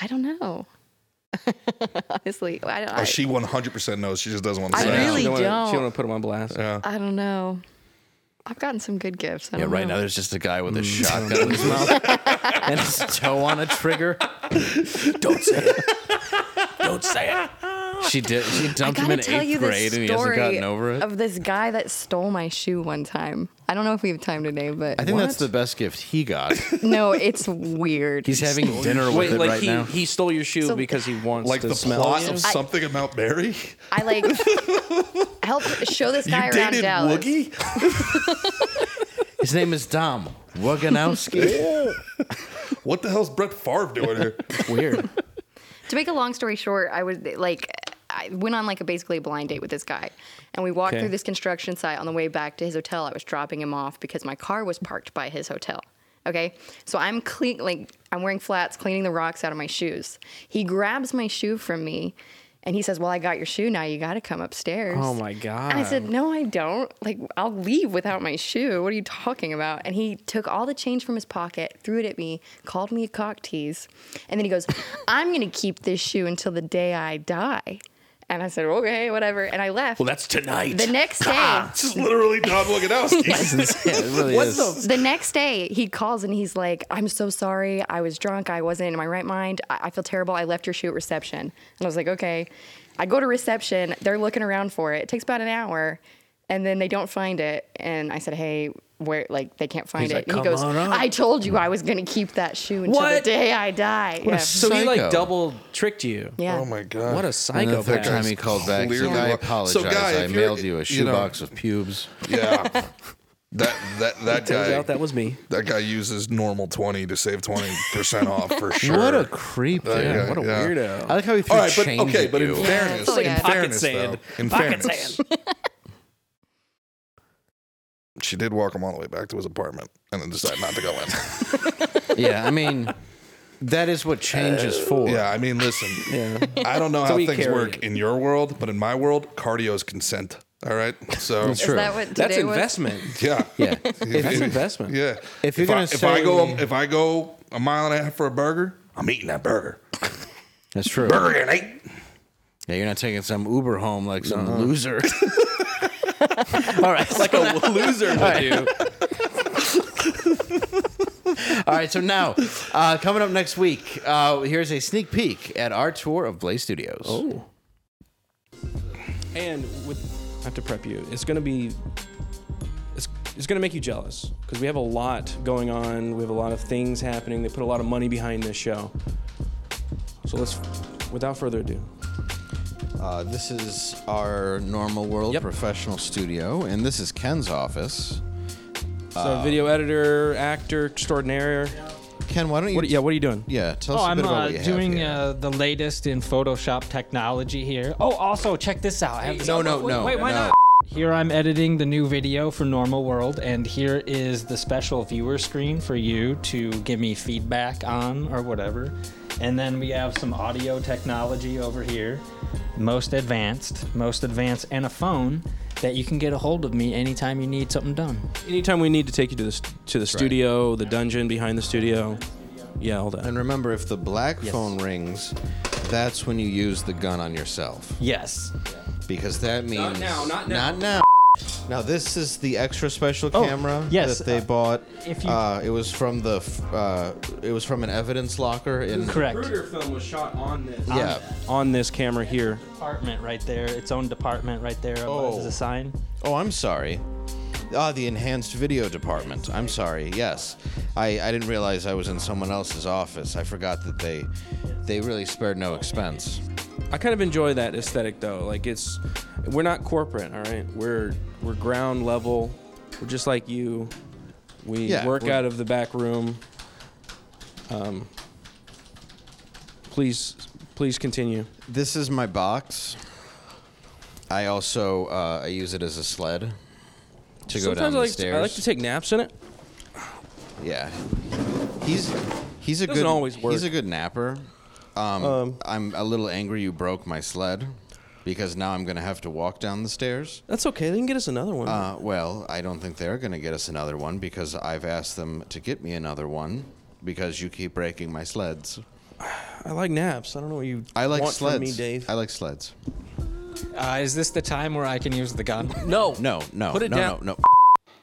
Speaker 3: I don't know. *laughs* Honestly, I don't.
Speaker 4: Oh,
Speaker 3: I,
Speaker 4: she 100% knows. She just doesn't want to
Speaker 3: I
Speaker 4: say
Speaker 3: really
Speaker 2: She wanna- She
Speaker 3: don't.
Speaker 2: want to put him on blast.
Speaker 3: I don't know. I've gotten some good gifts. I
Speaker 1: Yeah,
Speaker 3: don't
Speaker 1: right now
Speaker 3: know.
Speaker 1: there's just a guy with a shotgun in his mouth and *laughs* his toe on a trigger. Don't say it. Don't say it. She did. She
Speaker 3: I
Speaker 1: dumped him
Speaker 3: gotta
Speaker 1: in
Speaker 3: tell you
Speaker 1: eighth grade,
Speaker 3: this
Speaker 1: and he hasn't
Speaker 3: story
Speaker 1: gotten over it.
Speaker 3: of this guy that stole my shoe one time. I don't know if we have time today, but
Speaker 1: I think that's the best gift he got.
Speaker 3: no, it's
Speaker 1: *laughs*
Speaker 3: weird.
Speaker 1: He's having dinner with
Speaker 2: Wait,
Speaker 1: it
Speaker 2: like
Speaker 1: right
Speaker 2: he,
Speaker 1: now.
Speaker 2: he stole your shoe
Speaker 3: So-
Speaker 2: because he wants
Speaker 4: Like
Speaker 2: to
Speaker 4: the
Speaker 2: smell
Speaker 4: plot
Speaker 2: you?
Speaker 4: of something about Mount Mary?
Speaker 3: I
Speaker 1: *laughs*
Speaker 3: like help show this
Speaker 4: You
Speaker 3: guy around
Speaker 4: dated
Speaker 3: Dallas.
Speaker 4: Woogie?
Speaker 1: His name is Dom Waganowski. *laughs*
Speaker 4: What the hell's Brett Favre
Speaker 3: *laughs*
Speaker 4: doing here?
Speaker 2: Weird.
Speaker 3: To make a long story short, I was like, I went on like a basically a blind date with this guy, and we walked
Speaker 2: Okay.
Speaker 3: through this construction site on the way back to his hotel. I was dropping him off because my car was parked by his hotel. Okay, so I'm clean, like I'm wearing flats, cleaning the rocks out of my shoes. He grabs my shoe from me, and he says, "Well, I got your shoe. Now you got to come upstairs."
Speaker 2: Oh my god.
Speaker 3: And I said, No, I don't. Like, I'll leave without my shoe. What are you talking about? And he took all the change from his pocket, threw it at me, called me a cock tease. And then he goes, I'm going to keep this shoe until the day I die. And I said, Okay, whatever. And I left.
Speaker 5: Well, that's tonight.
Speaker 3: the next day,
Speaker 4: This is literally Don Waganowski.
Speaker 1: Yeah, it really is.
Speaker 3: the next day, he calls and he's like, I'm so sorry. I was drunk. I wasn't in my right mind. I, I feel terrible. I left your shoe at reception. And I was like, okay. I go to reception. They're looking around for it. It takes about an hour. And then they don't find it. And I said, hey, where, like, they can't find
Speaker 1: He's
Speaker 3: it.
Speaker 1: like,
Speaker 3: and he
Speaker 1: "Come
Speaker 3: goes,
Speaker 1: on up."
Speaker 3: I told you I was going to keep that shoe until the
Speaker 2: What?
Speaker 3: day I die. yeah.
Speaker 2: so he
Speaker 1: psycho.
Speaker 2: like double tricked you.
Speaker 3: *laughs* yeah.
Speaker 4: oh my God.
Speaker 2: What a
Speaker 1: And the third time
Speaker 2: psychopath.
Speaker 1: he called back, he said,
Speaker 4: Clearly
Speaker 1: I
Speaker 4: wa-
Speaker 1: apologize.
Speaker 4: So, guy,
Speaker 1: I
Speaker 4: if you're-
Speaker 1: mailed you a
Speaker 4: you know-
Speaker 1: shoebox of pubes.
Speaker 4: Yeah. That that that
Speaker 2: Turns
Speaker 4: guy
Speaker 2: out that was me.
Speaker 4: that guy uses normal twenty to save twenty percent off for sure.
Speaker 1: What a creep, dude.
Speaker 4: yeah.
Speaker 1: What a-
Speaker 2: Weirdo.
Speaker 3: Uh,
Speaker 1: I like how he threw
Speaker 4: All right, but
Speaker 1: change
Speaker 4: okay,
Speaker 1: at
Speaker 4: but in
Speaker 1: you.
Speaker 4: fairness,
Speaker 3: Yeah,
Speaker 4: in
Speaker 3: that's
Speaker 5: pocket
Speaker 4: fairness,
Speaker 5: sand.
Speaker 4: though, in
Speaker 5: Pocket
Speaker 4: fairness, *laughs* she did walk him all the way back to his apartment and then decided not to go in.
Speaker 1: Yeah, I mean, that is what change is for.
Speaker 4: Yeah, I mean, listen, I don't know how
Speaker 2: we
Speaker 4: things
Speaker 2: carry
Speaker 4: work
Speaker 2: it.
Speaker 4: in your world, but in my world, cardio is consent. All right, so
Speaker 3: Is that what today
Speaker 2: That's
Speaker 3: was?
Speaker 2: investment.
Speaker 4: *laughs* yeah,
Speaker 1: Yeah.
Speaker 2: That's investment.
Speaker 4: yeah.
Speaker 1: If you're
Speaker 4: I-
Speaker 1: gonna
Speaker 4: if I go
Speaker 1: say-
Speaker 4: if I go a mile and a half for a burger, I'm eating that burger.
Speaker 1: That's true.
Speaker 4: Burger and eight.
Speaker 1: Yeah, you're not taking some Uber home like some
Speaker 5: *laughs*
Speaker 1: loser. All
Speaker 3: *laughs*
Speaker 1: right.
Speaker 2: Like a loser would do.
Speaker 1: All right. So now, uh, coming up next week, uh, here's a sneak peek at our tour of Blaze Studios.
Speaker 2: Oh. And with, I have to prep you. It's gonna be, it's, it's gonna make you jealous because we have a lot going on. We have a lot of things happening. They put a lot of money behind this show. So let's, without further ado,
Speaker 1: Uh, this is our normal world
Speaker 2: Yep.
Speaker 1: professional studio, and this is Ken's office.
Speaker 2: so
Speaker 1: Um,
Speaker 2: video editor, actor extraordinaire.
Speaker 1: Ken, why don't you?
Speaker 2: What, yeah, what are you doing?
Speaker 1: yeah, tell us
Speaker 5: Oh,
Speaker 1: a
Speaker 5: I'm
Speaker 1: bit about
Speaker 5: uh,
Speaker 1: what you
Speaker 5: doing
Speaker 1: have here.
Speaker 5: uh, the latest in Photoshop technology here. Oh, also check this out. I have this-
Speaker 1: no, no, no.
Speaker 5: Wait, why
Speaker 1: no.
Speaker 5: not? Here I'm editing the new video for Normal World, and here is the special viewer screen for you to give me feedback on or whatever. And then we have some audio technology over here, most advanced, most advanced, and a phone that you can get a hold of me anytime you need something done.
Speaker 2: Anytime we need to take you to the st- to the studio, the dungeon behind the studio. Yeah, all that.
Speaker 1: And remember, if the black phone rings, that's when you use the gun on yourself.
Speaker 5: Yes.
Speaker 1: Because that means
Speaker 2: now, not now.
Speaker 1: Not now. Now, this is the extra special
Speaker 5: Oh,
Speaker 1: camera
Speaker 5: yes,
Speaker 1: that they
Speaker 5: uh,
Speaker 1: bought.
Speaker 5: if you-
Speaker 1: uh, it was from the f- uh, it was from an evidence locker in
Speaker 5: Correct.
Speaker 2: film was shot on this.
Speaker 1: Yeah.
Speaker 2: On this camera here.
Speaker 5: Department right there, its own department right there.
Speaker 1: Oh.
Speaker 5: Is a sign.
Speaker 1: Oh, I'm sorry. Ah, the enhanced video department. I'm sorry. Yes, I, I didn't realize I was in someone else's office. I forgot that they they really spared no expense.
Speaker 2: I kind of enjoy that aesthetic though. Like it's we're not corporate, all right? We're we're ground level. We're just like you. We
Speaker 1: Yeah,
Speaker 2: work
Speaker 1: we're-
Speaker 2: out of the back room. Um, please, please continue.
Speaker 1: This is my box. I also uh, I use it as a sled to go down
Speaker 2: Sometimes I
Speaker 1: the
Speaker 2: like,
Speaker 1: stairs.
Speaker 2: To, I like to take naps in it.
Speaker 1: Yeah, he's he's a
Speaker 2: Doesn't
Speaker 1: good
Speaker 2: always work.
Speaker 1: he's a good napper. Um, I'm a little angry you broke my sled because now I'm gonna have to walk down the stairs.
Speaker 2: That's okay. They can get us another one.
Speaker 1: Uh, well, I don't think they're gonna get us another one because I've asked them to get me another one because you keep breaking my sleds.
Speaker 2: I like naps. I don't know what you
Speaker 1: I like
Speaker 2: want
Speaker 1: sleds.
Speaker 2: from me, Dave.
Speaker 1: I like sleds.
Speaker 5: Uh, is this the time where I can use the gun?
Speaker 2: no,
Speaker 1: No, no,
Speaker 2: Put it
Speaker 1: no,
Speaker 2: down.
Speaker 1: no, no.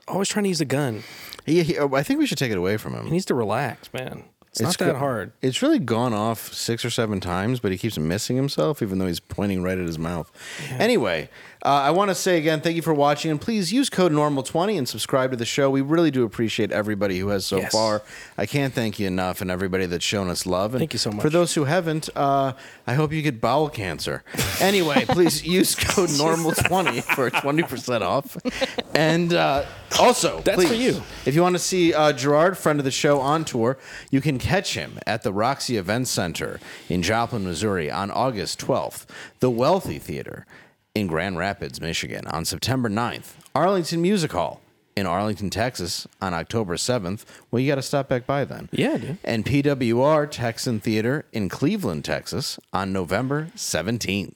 Speaker 2: Always trying to use a gun.
Speaker 1: He, he, oh, I think we should take it away from him.
Speaker 2: He needs to relax, man. It's, not that
Speaker 1: go-
Speaker 2: hard.
Speaker 1: It's really gone off six or seven times, but he keeps missing himself, even though he's pointing right at his mouth. Anyway, uh, I want to say again, thank you for watching, and please use code normal20 and subscribe to the show. We really do appreciate everybody who has so
Speaker 2: Yes.
Speaker 1: far. I can't thank you enough, and everybody that's shown us love. And
Speaker 2: Thank you so much.
Speaker 1: For those who haven't, uh, I hope you get bowel
Speaker 2: *laughs*
Speaker 1: cancer. Anyway, please use code normal20 for 20% off. And uh, also,
Speaker 2: That's for
Speaker 1: please,
Speaker 2: you.
Speaker 1: if you want to see uh, Gerard, friend of the show, on tour, you can catch him at the Roxy Event Center in Joplin, Missouri on August 12th, the Wealthy Theater in Grand Rapids, Michigan on September 9th, Arlington Music Hall in Arlington, Texas on October 7th. Well, you got to stop back by then.
Speaker 2: Yeah, dude.
Speaker 1: And PWR Texan Theater in Cleveland, Texas on November 17th.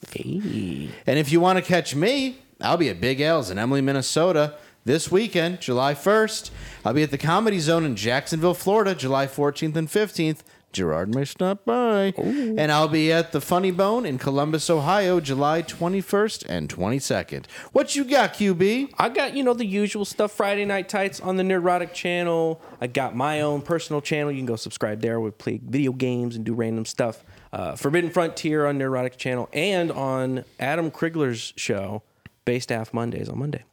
Speaker 1: And if you want to catch me, I'll be at Big L's in Emily, Minnesota this weekend, July 1st. I'll be at the Comedy Zone in Jacksonville, Florida, July 14th and 15th. Gerard may stop by. And I'll be at the Funny Bone in Columbus, Ohio, July 21st and 22nd. What you got, QB?
Speaker 2: I got, you know, the usual stuff Friday Night Tights on the Neurotic channel. I got my own personal channel. You can go subscribe there. We play video games and do random stuff. Uh, Forbidden Frontier on Neurotic channel and on Adam Krigler's show, Based Half Mondays on Monday.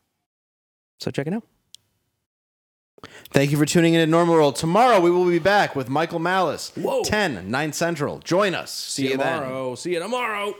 Speaker 2: So check it out.
Speaker 1: Thank you for tuning in to Normal World. Tomorrow we will be back with Michael Malice,
Speaker 2: Whoa.
Speaker 1: 10, 9 Central. Join us.
Speaker 2: See, you tomorrow. See you tomorrow.